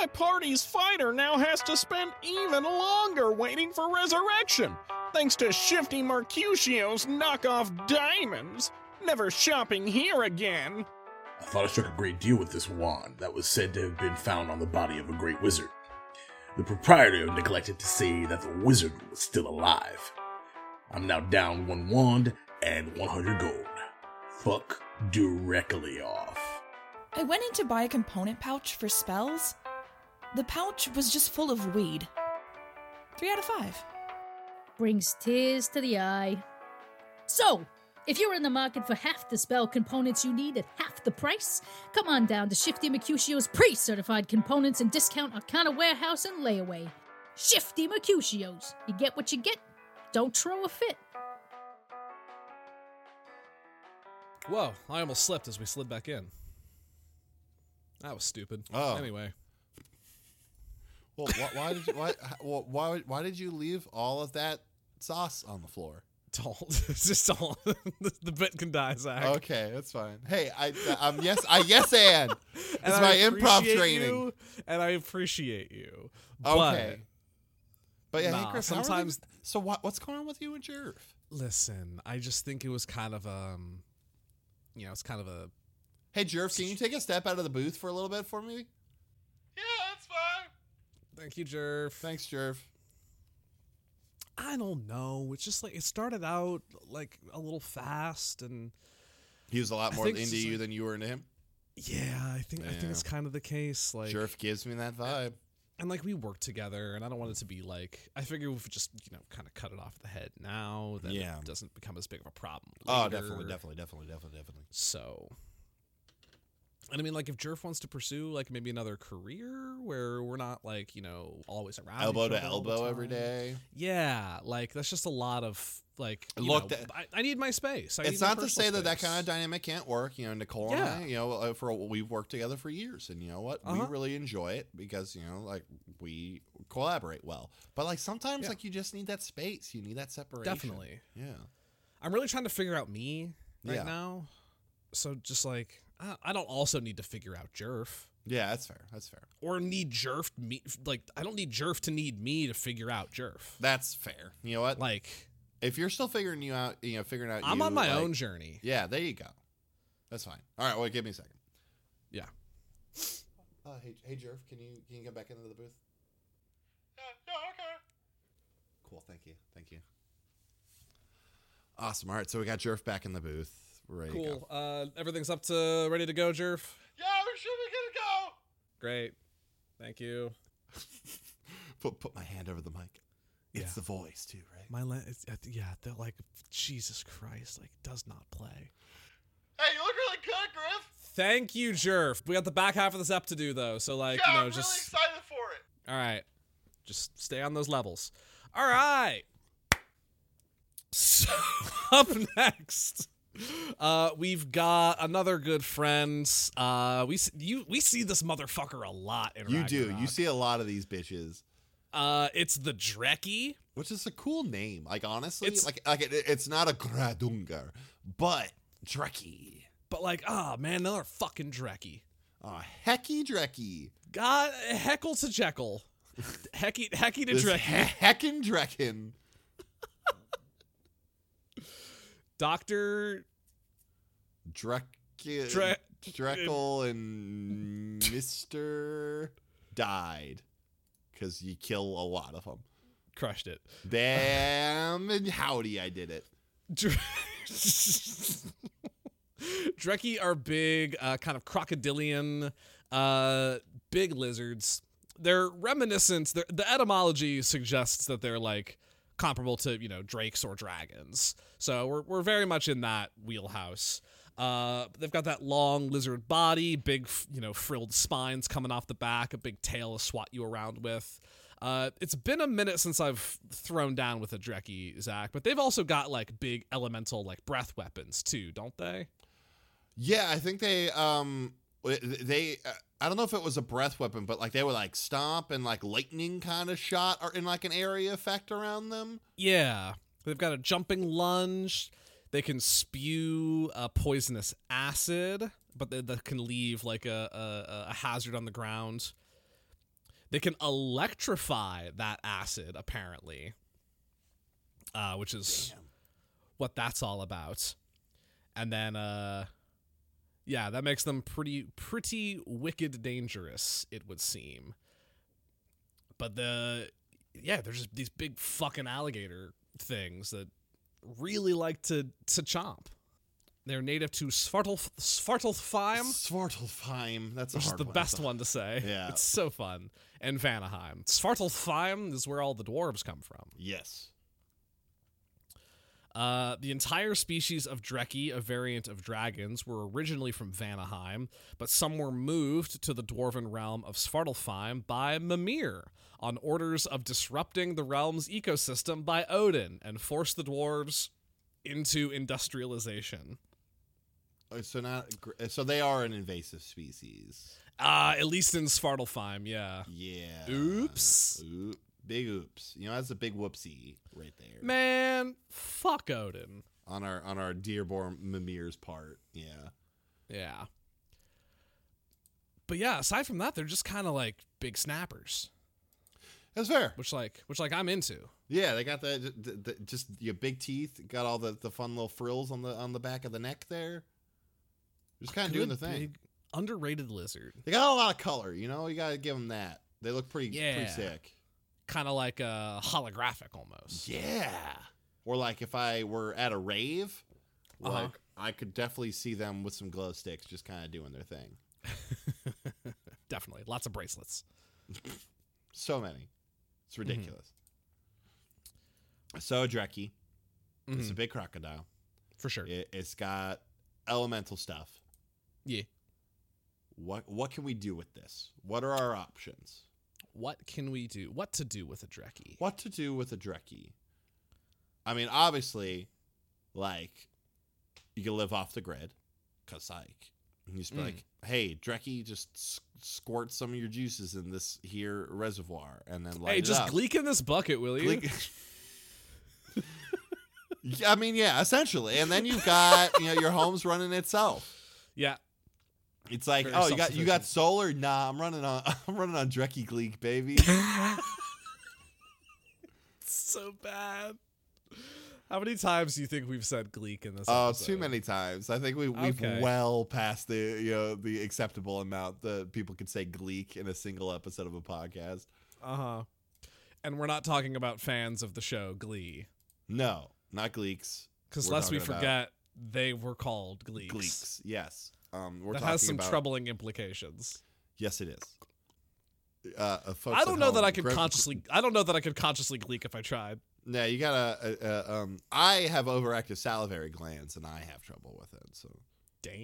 [SPEAKER 5] My party's fighter now has to spend even longer waiting for resurrection, thanks to Shifty Mercutio's knockoff diamonds. Never shopping here again.
[SPEAKER 6] I thought I struck a great deal with this wand that was said to have been found on the body of a great wizard. The proprietor neglected to say that the wizard was still alive. I'm now down one wand and 100 gold. Fuck directly off.
[SPEAKER 7] I went in to buy a component pouch for spells. The pouch was just full of weed. Three out of five.
[SPEAKER 4] brings tears to the eye. So, if you're in the market for half the spell components you need at half the price, come on down to Shifty Mercutio's pre certified components and discount Arcana Warehouse and Layaway. Shifty Mercutio's. You get what you get, don't throw a fit.
[SPEAKER 2] Whoa! I almost slipped as we slid back in. That was stupid.
[SPEAKER 1] Oh.
[SPEAKER 2] Anyway,
[SPEAKER 1] Well, why, why did you, why, how- well, why why did you leave all of that sauce on the floor?
[SPEAKER 2] don't. Just don't. the, the bit can die, Zach.
[SPEAKER 1] Okay, that's fine. Hey, I I'm yes I yes and
[SPEAKER 2] And
[SPEAKER 1] it's
[SPEAKER 2] I
[SPEAKER 1] my improv
[SPEAKER 2] appreciate
[SPEAKER 1] training.
[SPEAKER 2] you, and I appreciate you.
[SPEAKER 1] Okay. But yeah,
[SPEAKER 2] Nah,
[SPEAKER 1] hey, Griff, how are they-
[SPEAKER 2] sometimes-
[SPEAKER 1] so what what's going on with you and Jerf?
[SPEAKER 2] But listen, I just think it was kind of um, you know, it's kind of a
[SPEAKER 1] Hey Jerf, can you take a step out of the booth for a little bit for me?
[SPEAKER 3] Yeah, that's fine.
[SPEAKER 2] thank you, Jerf.
[SPEAKER 1] Thanks, Jerf.
[SPEAKER 2] I don't know. It's just like it started out like a little fast, and
[SPEAKER 1] He was a lot
[SPEAKER 2] I
[SPEAKER 1] more
[SPEAKER 2] think
[SPEAKER 1] into
[SPEAKER 2] it's just
[SPEAKER 1] you
[SPEAKER 2] like-
[SPEAKER 1] than you were into him.
[SPEAKER 2] yeah, I think I
[SPEAKER 1] Yeah.
[SPEAKER 2] think it's kind of the case. Like, uh,
[SPEAKER 1] Jerf gives me that vibe.
[SPEAKER 2] and like we work together, and I don't want it to be like I figure we've just you know kind of cut it off the head now. Then
[SPEAKER 1] Yeah.
[SPEAKER 2] it doesn't become as big of a problem.
[SPEAKER 1] Oh,
[SPEAKER 2] later.
[SPEAKER 1] definitely, definitely, definitely, definitely, definitely.
[SPEAKER 2] So, and I mean, like, if Jerf wants to pursue, like, maybe another career where we're not, like, you know, always around each
[SPEAKER 1] elbow to
[SPEAKER 2] other all the
[SPEAKER 1] elbow every
[SPEAKER 2] time.
[SPEAKER 1] day.
[SPEAKER 2] Yeah, like that's just a lot of like. You
[SPEAKER 1] Look,
[SPEAKER 2] Look,
[SPEAKER 1] that-
[SPEAKER 2] I, I need my space. I
[SPEAKER 1] it's
[SPEAKER 2] need my
[SPEAKER 1] not to say
[SPEAKER 2] personal
[SPEAKER 1] that that
[SPEAKER 2] space.
[SPEAKER 1] kind of dynamic can't work. You know, Nicole and I,
[SPEAKER 2] Yeah.
[SPEAKER 1] you know, uh, for we've worked together for years, and you know what, we
[SPEAKER 2] Uh-huh.
[SPEAKER 1] really enjoy it because you know, like we collaborate well. But like sometimes,
[SPEAKER 2] Yeah.
[SPEAKER 1] like you just need that space. You need that separation.
[SPEAKER 2] Definitely,
[SPEAKER 1] Yeah.
[SPEAKER 2] I'm really trying to figure out me right
[SPEAKER 1] Yeah.
[SPEAKER 2] now. So just like I, I don't also need to figure out Jerf
[SPEAKER 1] Yeah, that's fair. That's fair.
[SPEAKER 2] or need Jerf me like I don't need Jerf to need me to figure out Jerf.
[SPEAKER 1] That's fair. You know what?
[SPEAKER 2] Like
[SPEAKER 1] if you're still figuring you out, you know, figuring out.
[SPEAKER 2] I'm
[SPEAKER 1] you,
[SPEAKER 2] on my
[SPEAKER 1] like-
[SPEAKER 2] own journey.
[SPEAKER 1] Yeah, there you go. That's fine. All right. Well, give me a second.
[SPEAKER 2] Yeah.
[SPEAKER 1] Uh, hey, hey, Jerv, can you can you come back into the booth?
[SPEAKER 3] Yeah, yeah, okay.
[SPEAKER 1] Cool. Thank you. Thank you. Awesome. All right, so we got Jerf back in the booth. We're Ready To
[SPEAKER 2] Cool.
[SPEAKER 1] go.
[SPEAKER 2] Uh, everything's up to ready to go, Jerf.
[SPEAKER 8] Yeah, we should be good to go.
[SPEAKER 2] Great. Thank you.
[SPEAKER 1] Put put my hand over the mic. It's
[SPEAKER 2] Yeah.
[SPEAKER 1] the voice too, right?
[SPEAKER 2] My lens, it's, uh, yeah, they're like Jesus Christ, like does not play.
[SPEAKER 8] Hey, you look really good, Griff.
[SPEAKER 2] Thank you, Jerf. We got the back half of this up to do though, so like
[SPEAKER 8] yeah,
[SPEAKER 2] you know,
[SPEAKER 8] I'm really
[SPEAKER 2] just
[SPEAKER 8] excited for it.
[SPEAKER 2] all right, just stay on those levels. All right. So up next, uh, we've got another good friend. Uh, we s- you we see this motherfucker a lot in
[SPEAKER 1] You do. You
[SPEAKER 2] Ragnarok.
[SPEAKER 1] see a lot of these bitches.
[SPEAKER 2] Uh, it's the Drekkie.
[SPEAKER 1] which is a cool name. Like honestly,
[SPEAKER 2] It's-
[SPEAKER 1] like like it, it's not a Gradungar, but Dreki.
[SPEAKER 2] But like, ah man, another fucking Drekkie.
[SPEAKER 1] Oh, hecky Dreki.
[SPEAKER 2] God, heckle to Jekyll. Hecky, hecky to
[SPEAKER 1] This
[SPEAKER 2] Drekkie.
[SPEAKER 1] heckin' Drekin.
[SPEAKER 2] Doctor,
[SPEAKER 1] Dreki.
[SPEAKER 2] Dre-
[SPEAKER 1] Drekel and Mister died because you kill a lot of them.
[SPEAKER 2] crushed it.
[SPEAKER 1] Damn and howdy, I did it.
[SPEAKER 2] Dre- Drekkie are big, uh, kind of crocodilian, uh, big lizards. They're reminiscent. They're, the etymology suggests that they're like comparable to you know drakes or dragons. So we're we're very much in that wheelhouse. Uh, they've got that long lizard body, big f- you know frilled spines coming off the back, a big tail to swat you around with. Uh, it's been a minute since I've thrown down with a Drekkie, Zach, but they've also got like big elemental like breath weapons too, don't they?
[SPEAKER 1] Yeah, I think they um they uh, I don't know if it was a breath weapon, but like they were like stomp and like lightning kind of shot or in like an area effect around them.
[SPEAKER 2] Yeah, they've got a jumping lunge. They can spew uh, poisonous acid, but they, that can leave like a, a a hazard on the ground. They can electrify that acid, apparently, uh, which is what that's all about. And then, uh, yeah, that makes them pretty pretty wicked dangerous. It would seem. But the yeah, they're just these big fucking alligator things that really like to to chomp. They're native to Svartalf Svartalfheim,
[SPEAKER 1] Svartalfheim. That's a
[SPEAKER 2] which is
[SPEAKER 1] hard
[SPEAKER 2] the
[SPEAKER 1] one.
[SPEAKER 2] best one to say.
[SPEAKER 1] Yeah.
[SPEAKER 2] It's so fun. And Vanaheim. Svartalfheim is where all the dwarves come from.
[SPEAKER 1] Yes.
[SPEAKER 2] Uh, the entire species of Drekki, a variant of dragons, were originally from Vanaheim, but some were moved to the dwarven realm of Svartalfheim by Mimir on orders of disrupting the realm's ecosystem by Odin and forced the dwarves into industrialization.
[SPEAKER 1] Uh, So not gr- uh, so they are an invasive species.
[SPEAKER 2] Uh, at least in Svartalfheim, yeah.
[SPEAKER 1] Yeah.
[SPEAKER 2] Oops.
[SPEAKER 1] Oop. Big oops. You know that's a big whoopsie right there
[SPEAKER 2] Man, fuck Odin.
[SPEAKER 1] on our on our Dearborn Mimir's part. Yeah.
[SPEAKER 2] Yeah. But yeah, aside from that, they're just kind of like big snappers,
[SPEAKER 1] That's fair.
[SPEAKER 2] which like which like I'm into.
[SPEAKER 1] Yeah, they got the, the, the just your big teeth, got all the, the fun little frills on the on the back of the neck there. Just kind of doing the
[SPEAKER 2] Good
[SPEAKER 1] thing.
[SPEAKER 2] big underrated lizard,
[SPEAKER 1] They got a lot of color, you know. You gotta give them that. They look pretty pretty
[SPEAKER 2] Yeah.
[SPEAKER 1] sick.
[SPEAKER 2] kind of like a holographic almost.
[SPEAKER 1] Yeah. Or like if I were at a rave,
[SPEAKER 2] Uh-huh.
[SPEAKER 1] like I could definitely see them with some glow sticks, just kind of doing their thing.
[SPEAKER 2] Definitely, lots of bracelets.
[SPEAKER 1] So many, it's
[SPEAKER 2] Mm-hmm.
[SPEAKER 1] ridiculous. So a Drekkie, it's a
[SPEAKER 2] Mhm,
[SPEAKER 1] big crocodile.
[SPEAKER 2] For sure.
[SPEAKER 1] It, it's got elemental stuff.
[SPEAKER 2] Yeah.
[SPEAKER 1] What what can we do with this? What are our options?
[SPEAKER 2] What can we do? What to do with a Drekkie?
[SPEAKER 1] What to do with a Drekkie? I mean, obviously, like you can live off the grid, cause like you just be
[SPEAKER 2] Mm.
[SPEAKER 1] like, hey, Drekkie, just s- squirt some of your juices in this here reservoir, and then like
[SPEAKER 2] Hey, just gleek in this bucket, will you?
[SPEAKER 1] Yeah, I mean, yeah, essentially, and then you've got you know your home's running itself.
[SPEAKER 2] Yeah.
[SPEAKER 1] It's like,
[SPEAKER 2] Very
[SPEAKER 1] oh, you got you
[SPEAKER 2] self-sufficient.
[SPEAKER 1] got solar? Nah, I'm running on I'm running on Drekkie Gleek, baby.
[SPEAKER 2] so bad. How many times do you think we've said gleek in this?
[SPEAKER 1] Oh,
[SPEAKER 2] episode?
[SPEAKER 1] too many times. I think we we've
[SPEAKER 2] Okay.
[SPEAKER 1] well past the you know the acceptable amount that people could say gleek in a single episode of a podcast.
[SPEAKER 2] Uh huh. And we're not talking about fans of the show Glee.
[SPEAKER 1] No, not gleeks.
[SPEAKER 2] Because
[SPEAKER 1] we're
[SPEAKER 2] lest we
[SPEAKER 1] talking about.
[SPEAKER 2] forget, they were called gleeks.
[SPEAKER 1] Gleeks. Yes. Um, we're
[SPEAKER 2] that
[SPEAKER 1] talking
[SPEAKER 2] has some
[SPEAKER 1] about,
[SPEAKER 2] troubling implications.
[SPEAKER 1] Yes, it is. Uh, uh, folks
[SPEAKER 2] I don't
[SPEAKER 1] at
[SPEAKER 2] know that
[SPEAKER 1] home,
[SPEAKER 2] I could
[SPEAKER 1] Griff-
[SPEAKER 2] consciously. I don't know that I could consciously gleek if I tried.
[SPEAKER 1] No, you gotta. Uh, uh, um, I have overactive salivary glands, and I have trouble with it. So
[SPEAKER 2] Damn.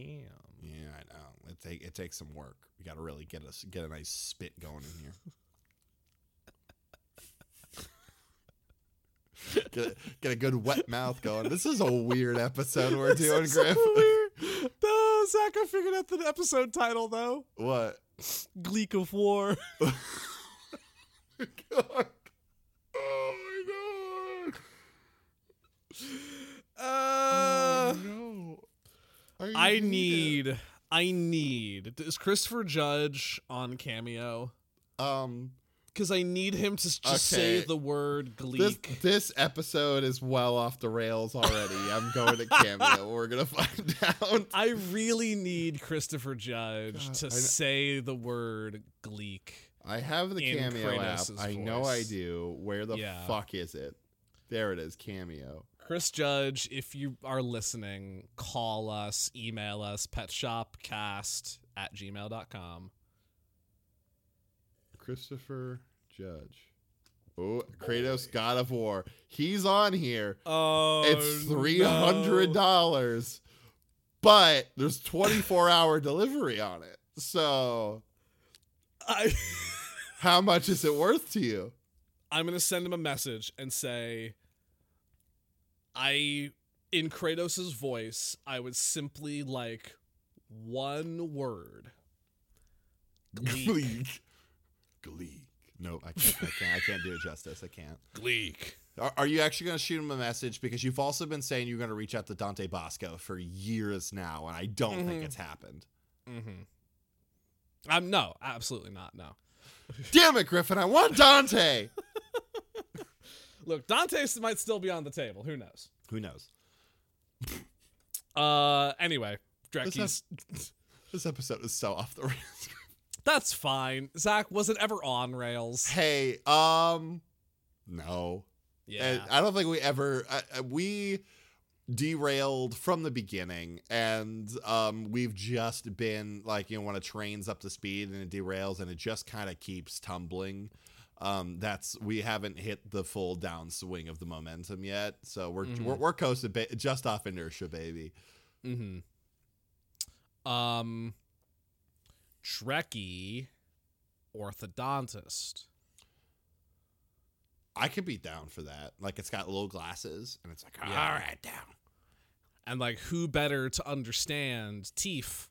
[SPEAKER 1] yeah, I know it take it takes some work. We gotta really get us get a nice spit going in here. get, a, get a good wet mouth going. This is a weird episode we're doing,
[SPEAKER 2] This is so
[SPEAKER 1] Griff.
[SPEAKER 2] weird. No, Zach, I figured out the episode title though.
[SPEAKER 1] what?
[SPEAKER 2] Gleek of War.
[SPEAKER 1] Oh my god!
[SPEAKER 2] Uh,
[SPEAKER 1] Oh, no. Are you
[SPEAKER 2] I
[SPEAKER 1] kidding?
[SPEAKER 2] need. I need. Is Christopher Judge on cameo?
[SPEAKER 1] um
[SPEAKER 2] Because I need him to s- just say
[SPEAKER 1] Okay.
[SPEAKER 2] the word
[SPEAKER 1] this
[SPEAKER 2] gleek.
[SPEAKER 1] this episode is well off the rails already. I'm going to cameo. We're gonna find out.
[SPEAKER 2] I really need Christopher Judge
[SPEAKER 1] God,
[SPEAKER 2] to
[SPEAKER 1] I kn-
[SPEAKER 2] say the word gleek.
[SPEAKER 1] I have the
[SPEAKER 2] In
[SPEAKER 1] cameo app.
[SPEAKER 2] Kratos'
[SPEAKER 1] I know I
[SPEAKER 2] voice.
[SPEAKER 1] do. Where the
[SPEAKER 2] Yeah.
[SPEAKER 1] fuck is it? There it is. Cameo.
[SPEAKER 2] Chris Judge, if you are listening, call us, email us, petshopcast at gmail.com.
[SPEAKER 1] Christopher Judge. Oh, Kratos, God of War. He's on here.
[SPEAKER 2] Oh,
[SPEAKER 1] it's three hundred dollars, but there's twenty four hour delivery on it. So
[SPEAKER 2] I,
[SPEAKER 1] how much is it worth to you?
[SPEAKER 2] I'm going to send him a message and say, I, in Kratos' voice, I would simply like one word. Gleek.
[SPEAKER 1] Gleek. No, I can't. I can't. I can't do it justice. I can't.
[SPEAKER 2] Gleek.
[SPEAKER 1] Are, are you actually going to shoot him a message? Because you've also been saying you're going to reach out to Dante Bosco for years now, and I don't think
[SPEAKER 2] Mhm.
[SPEAKER 1] it's happened.
[SPEAKER 2] Mm-hmm. Um, no, absolutely not. No.
[SPEAKER 1] Damn it, Griffin! I want Dante.
[SPEAKER 2] Look, Dante s- might still be on the table. Who knows?
[SPEAKER 1] Who knows?
[SPEAKER 2] Uh, anyway,
[SPEAKER 1] This,
[SPEAKER 2] Dreki's.
[SPEAKER 1] ep- this episode is so off the rails.
[SPEAKER 2] That's fine. Zach, was it ever on rails?
[SPEAKER 1] hey, um, no. And
[SPEAKER 2] Yeah.
[SPEAKER 1] I don't think we ever I, I- we derailed from the beginning, and um, we've just been like you know when a train's up to speed and it derails and it just kind of keeps tumbling. Um, that's we haven't hit the full downswing of the momentum yet, so we're
[SPEAKER 2] Mhm.
[SPEAKER 1] we're, we're coasted ba- just off inertia, baby.
[SPEAKER 2] mm-hmm. Um, Dreki, orthodontist.
[SPEAKER 1] I could be down for that. Like it's got little glasses, and it's like
[SPEAKER 2] Yeah.
[SPEAKER 1] all right, down.
[SPEAKER 2] And like, who better to understand teeth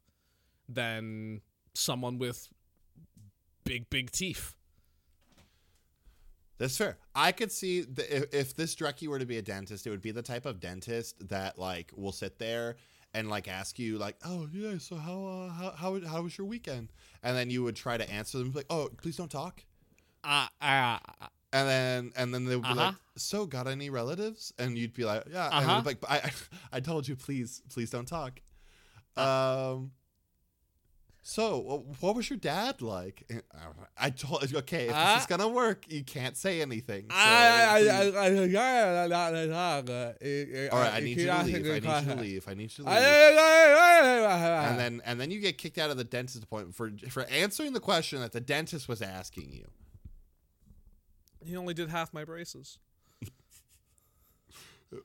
[SPEAKER 2] than someone with big, big teeth?
[SPEAKER 1] That's fair. I could see the, if, if this Dreki were to be a dentist, it would be the type of dentist that like will sit there and like ask you like, "Oh yeah, so how uh, how how how was your weekend?" And then you would try to answer them like, "Oh, please don't talk."
[SPEAKER 2] Ah, ah, ah,
[SPEAKER 1] And then and then they would be like,
[SPEAKER 2] Uh-huh.
[SPEAKER 1] "So got any relatives?" And you'd be like, "Yeah." And
[SPEAKER 2] Uh-huh.
[SPEAKER 1] they'd be like, I, I I told you, please please don't talk. um. So wh- what was your dad like? And I don't know. I told okay, if this
[SPEAKER 2] Uh,
[SPEAKER 1] is gonna work, you can't say anything. So please-
[SPEAKER 2] All
[SPEAKER 1] all right, I need you to leave. I need you to leave. I need you to leave. And
[SPEAKER 2] And
[SPEAKER 1] then and then you get kicked out of the dentist appointment for for answering the question that the dentist was asking you.
[SPEAKER 2] he only did half my braces.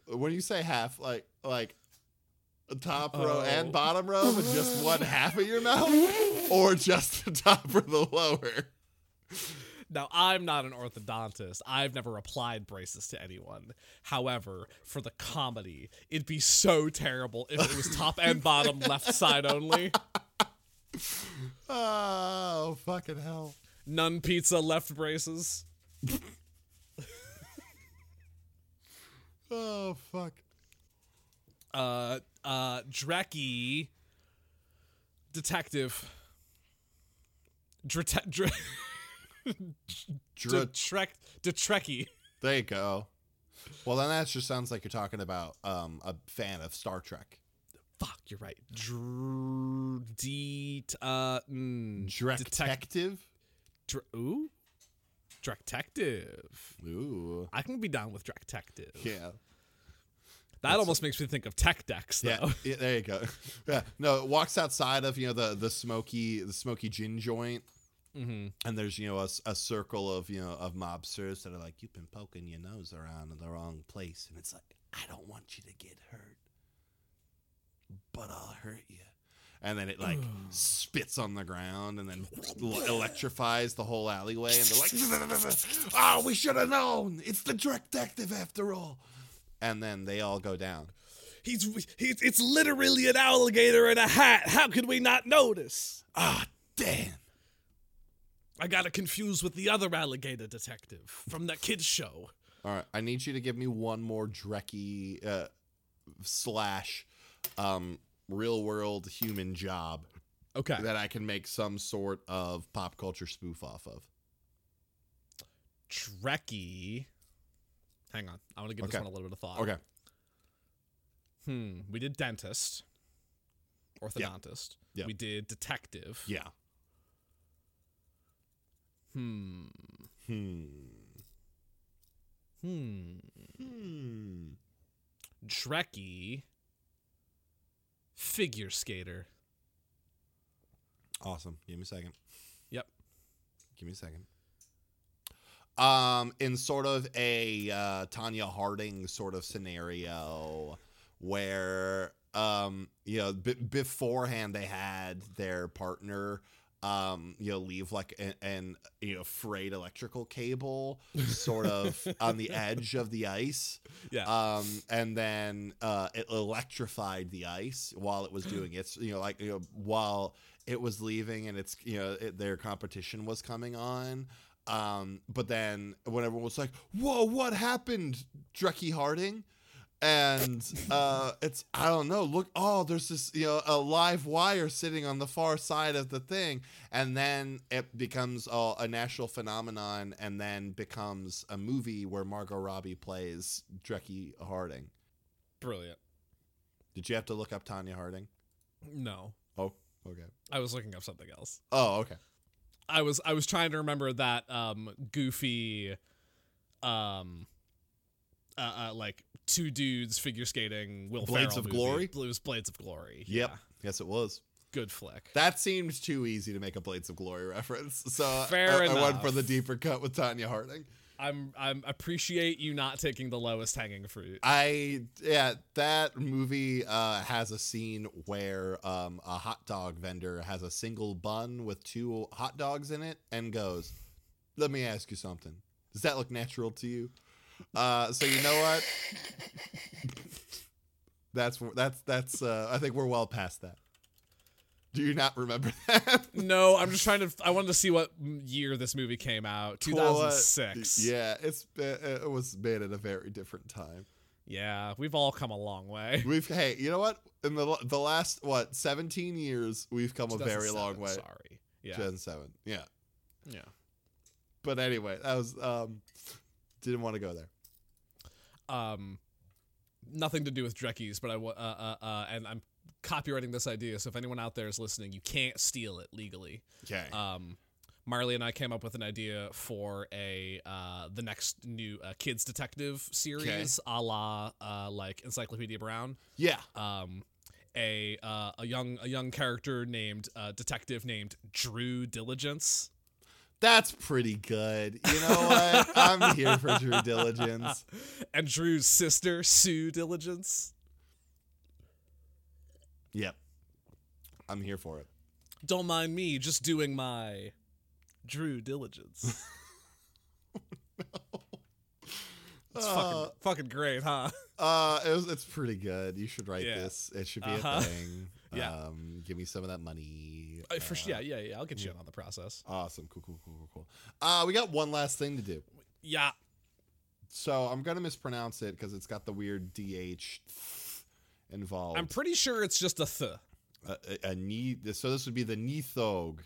[SPEAKER 1] When you say half, like like top
[SPEAKER 2] Oh.
[SPEAKER 1] row and bottom row, but just one half of your mouth, or just the top or the lower.
[SPEAKER 2] Now, I'm not an orthodontist. I've never applied braces to anyone. However, for the comedy, it'd be so terrible if it was top and bottom, left side only.
[SPEAKER 1] Oh fucking hell!
[SPEAKER 2] None pizza, left braces.
[SPEAKER 1] Oh fuck!
[SPEAKER 2] Uh, uh, Dreki, detective. Drete- dre-
[SPEAKER 1] Dr-
[SPEAKER 2] Detrek- Detreki.
[SPEAKER 1] there you go. Well, then that just sounds like you're talking about um a fan of Star Trek.
[SPEAKER 2] Fuck, you're right. Dr- det- uh, mm,
[SPEAKER 1] Drek
[SPEAKER 2] detec-
[SPEAKER 1] Detective.
[SPEAKER 2] dr- ooh? Detective.
[SPEAKER 1] Ooh.
[SPEAKER 2] I can be down with Detective.
[SPEAKER 1] Yeah.
[SPEAKER 2] That almost makes me think of tech decks, though.
[SPEAKER 1] Yeah, yeah, there you go. Yeah, no, it walks outside of you know the the smoky the smoky gin joint,
[SPEAKER 2] Mm-hmm.
[SPEAKER 1] and there's you know a, s- a circle of you know of mobsters that are like you've been poking your nose around in the wrong place, and it's like I don't want you to get hurt, but I'll hurt you. And then it like spits on the ground and then electrifies the whole alleyway. And they're like, "Ah, we should have known. It's the direct active after all." And then they all go down.
[SPEAKER 2] He's, he's it's literally an alligator in a hat. How could we not notice?
[SPEAKER 1] Ah, damn.
[SPEAKER 2] I got it confused with the other alligator detective from that kids show.
[SPEAKER 1] All right, I need you to give me one more Drecky uh, slash um, real world human job
[SPEAKER 2] Okay.
[SPEAKER 1] that I can make some sort of pop culture spoof off of.
[SPEAKER 2] Trekkie. Hang on. I want to give this
[SPEAKER 1] Okay.
[SPEAKER 2] one a little bit of thought.
[SPEAKER 1] Okay,
[SPEAKER 2] Hmm. We did dentist, orthodontist.
[SPEAKER 1] Yeah.
[SPEAKER 2] We did detective.
[SPEAKER 1] yeah.
[SPEAKER 2] Hmm.
[SPEAKER 1] Hmm.
[SPEAKER 2] Hmm.
[SPEAKER 1] Hmm.
[SPEAKER 2] Trekkie. Figure skater.
[SPEAKER 1] Awesome. Give me a second.
[SPEAKER 2] Yep.
[SPEAKER 1] Give me a second. Um, in sort of a uh, Tanya Harding sort of scenario, where um, you know, b- beforehand they had their partner um, you know, leave like an, an you know frayed electrical cable sort of on the edge of the ice.
[SPEAKER 2] Yeah.
[SPEAKER 1] Um, and then uh, it electrified the ice while it was doing its, you know, like you know, while it was leaving and it's, you know, it, their competition was coming on. Um, but then when everyone was like, "Whoa, what happened, Drecky Harding?" and uh, it's I don't know. Look, oh, there's this you know a live wire sitting on the far side of the thing, and then it becomes a, a national phenomenon, and then becomes a movie where Margot Robbie plays Drecky Harding.
[SPEAKER 2] Brilliant.
[SPEAKER 1] Did you have to look up Tanya Harding?
[SPEAKER 2] No.
[SPEAKER 1] Oh, okay.
[SPEAKER 2] I was looking up something else.
[SPEAKER 1] Oh, okay.
[SPEAKER 2] I was I was trying to remember that um goofy um uh, uh like two dudes figure skating Will
[SPEAKER 1] Blades
[SPEAKER 2] Ferrell
[SPEAKER 1] of
[SPEAKER 2] movie.
[SPEAKER 1] Glory?
[SPEAKER 2] It was Blades of Glory.
[SPEAKER 1] Yep.
[SPEAKER 2] Yeah.
[SPEAKER 1] Yes, it was.
[SPEAKER 2] Good flick.
[SPEAKER 1] That seemed too easy to make a Blades of Glory reference, so I-
[SPEAKER 2] Fair
[SPEAKER 1] I, I went
[SPEAKER 2] enough.
[SPEAKER 1] for the deeper cut with Tanya Harding.
[SPEAKER 2] I'm I'm appreciate you not taking the lowest hanging fruit.
[SPEAKER 1] I yeah, that movie uh, has a scene where um, a hot dog vendor has a single bun with two hot dogs in it and goes, "Let me ask you something. Does that look natural to you?" Uh, so you know what? that's that's that's. Uh, I think we're well past that. Do you not remember that?
[SPEAKER 2] no, I'm just trying to I wanted to see what year this movie came out. 2006.
[SPEAKER 1] Yeah, it's uh, it was made at a very different time.
[SPEAKER 2] Yeah, we've all come a long way.
[SPEAKER 1] We've hey, you know what? In the the last what seventeen years, we've come a very
[SPEAKER 2] 2007,
[SPEAKER 1] long way.
[SPEAKER 2] Sorry. Yeah.
[SPEAKER 1] 2007, yeah.
[SPEAKER 2] yeah.
[SPEAKER 1] But anyway, that was um, didn't want to go there.
[SPEAKER 2] um, nothing to do with Drekkies, but I wa- uh, uh, uh, and I'm copywriting this idea. So if anyone out there is listening, you can't steal it legally.
[SPEAKER 1] Okay.
[SPEAKER 2] Um, Marley and I came up with an idea for a uh, the next new uh, kids detective series, a la uh, like Encyclopedia Brown.
[SPEAKER 1] yeah.
[SPEAKER 2] Um, a uh, a young a young character named uh, detective named Drew Diligence.
[SPEAKER 1] That's pretty good. You know what? I'm here for due diligence.
[SPEAKER 2] and Drew's sister Sue Diligence.
[SPEAKER 1] Yep. I'm here for it.
[SPEAKER 2] don't mind me just doing my drew diligence it's
[SPEAKER 1] Uh,
[SPEAKER 2] fucking, fucking great huh
[SPEAKER 1] Uh, it was, it's pretty good. You should write
[SPEAKER 2] Yeah.
[SPEAKER 1] this. It should be
[SPEAKER 2] Uh-huh.
[SPEAKER 1] a thing.
[SPEAKER 2] Yeah.
[SPEAKER 1] Um, give me some of that money.
[SPEAKER 2] Uh, for sure
[SPEAKER 1] Uh,
[SPEAKER 2] yeah yeah yeah i'll get you in on the process
[SPEAKER 1] Awesome. Cool. Cool. Cool. Cool. Cool. Uh, we got one last thing to do.
[SPEAKER 2] yeah
[SPEAKER 1] So I'm gonna mispronounce it because it's got the weird DH involved.
[SPEAKER 2] i'm pretty sure it's just a th
[SPEAKER 1] a, a, a knee. So this would be the Nithog.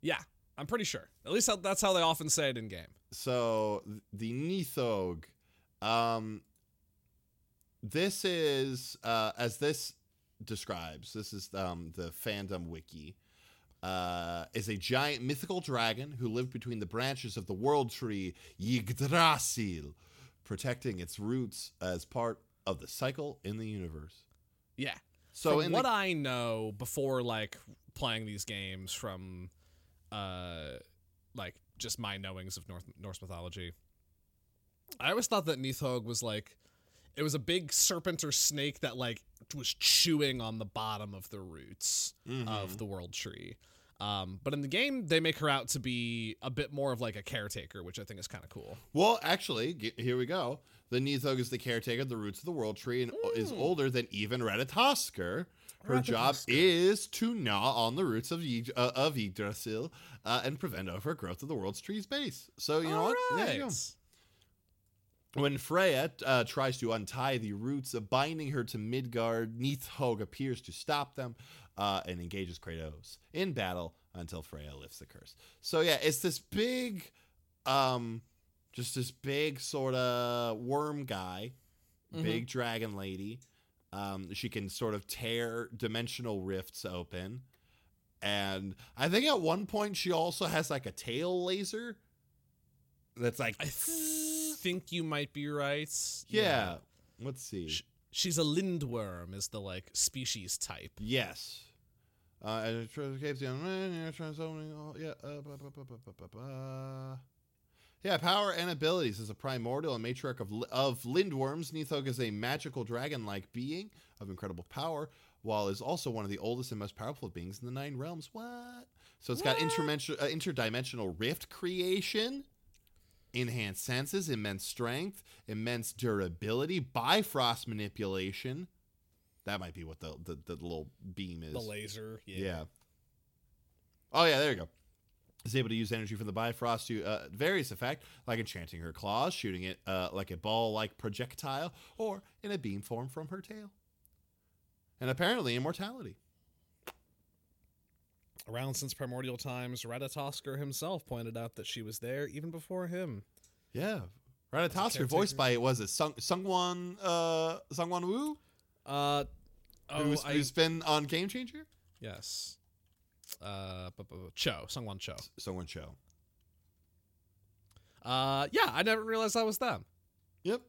[SPEAKER 2] yeah i'm pretty sure at least that's how they often say it in game
[SPEAKER 1] So th- the Nithog. Um, this is uh, as this describes. This is um, the fandom wiki. Uh, is a giant mythical dragon who lived between the branches of the world tree Yggdrasil, protecting its roots as part of the cycle in the universe.
[SPEAKER 2] Yeah.
[SPEAKER 1] So
[SPEAKER 2] from
[SPEAKER 1] in
[SPEAKER 2] what
[SPEAKER 1] the,
[SPEAKER 2] I know before like playing these games from uh like just my knowings of North Norse mythology. I always thought that Nithog was like it was a big serpent or snake that like was chewing on the bottom of the roots
[SPEAKER 1] Mm-hmm.
[SPEAKER 2] of the world tree. Um, but in the game, they make her out to be a bit more of like a caretaker, which I think is kind of cool.
[SPEAKER 1] well, actually, g- here we go. The Nithog is the caretaker of the roots of the world tree and o-
[SPEAKER 2] Hmm.
[SPEAKER 1] is older than even Ratatoskr. Her job is to gnaw on the roots of Yd- uh, of Yggdrasil uh, and prevent overgrowth of the world's tree's base. So you know what? There you go.
[SPEAKER 2] Alright.
[SPEAKER 1] When Freya uh, tries to untie the roots, uh, binding her to Midgard, Nithhogg appears to stop them uh, and engages Kratos in battle until Freya lifts the curse. So yeah, it's this big, um, just this big sort of worm guy, big dragon lady. Um, she can sort of tear dimensional rifts open, and I think at one point she also has like a tail laser. That's like
[SPEAKER 2] I think you might be right.
[SPEAKER 1] yeah. Let's see.
[SPEAKER 2] Sh- She's a lindworm, is the like species type.
[SPEAKER 1] yes. Uh, and it transcapes the unwritten, you're transforming all- yeah, uh, ba- ba- ba- ba- ba- ba- ba. Yeah, power and abilities is a primordial and matriarch of, li- of lindworms. Nithog is a magical dragon like being of incredible power, while is also one of the oldest and most powerful beings in the nine realms. What? So it's got interdimension- uh, interdimensional rift creation. enhanced senses, immense strength, immense durability, bifrost manipulation. That might be what the the, the little beam is.
[SPEAKER 2] The laser.
[SPEAKER 1] yeah. Oh yeah, there you go. Is able to use energy from the Bifrost to uh, various effect, like enchanting her claws, shooting it uh, like a ball-like projectile, or in a beam form from her tail. And apparently immortality.
[SPEAKER 2] Around since primordial times, Ratatoskr himself pointed out that she was there even before him.
[SPEAKER 1] Yeah. Ratatoskr, voiced by was it Sung Sungwon uh Sungwon Woo,
[SPEAKER 2] Uh, oh,
[SPEAKER 1] who's,
[SPEAKER 2] I,
[SPEAKER 1] who's been on Game Changer.
[SPEAKER 2] yes. Uh, bu- bu- bu- Cho, Sungwon Cho.
[SPEAKER 1] Sungwon Cho.
[SPEAKER 2] Uh, yeah, I never realized that was them
[SPEAKER 1] Yep.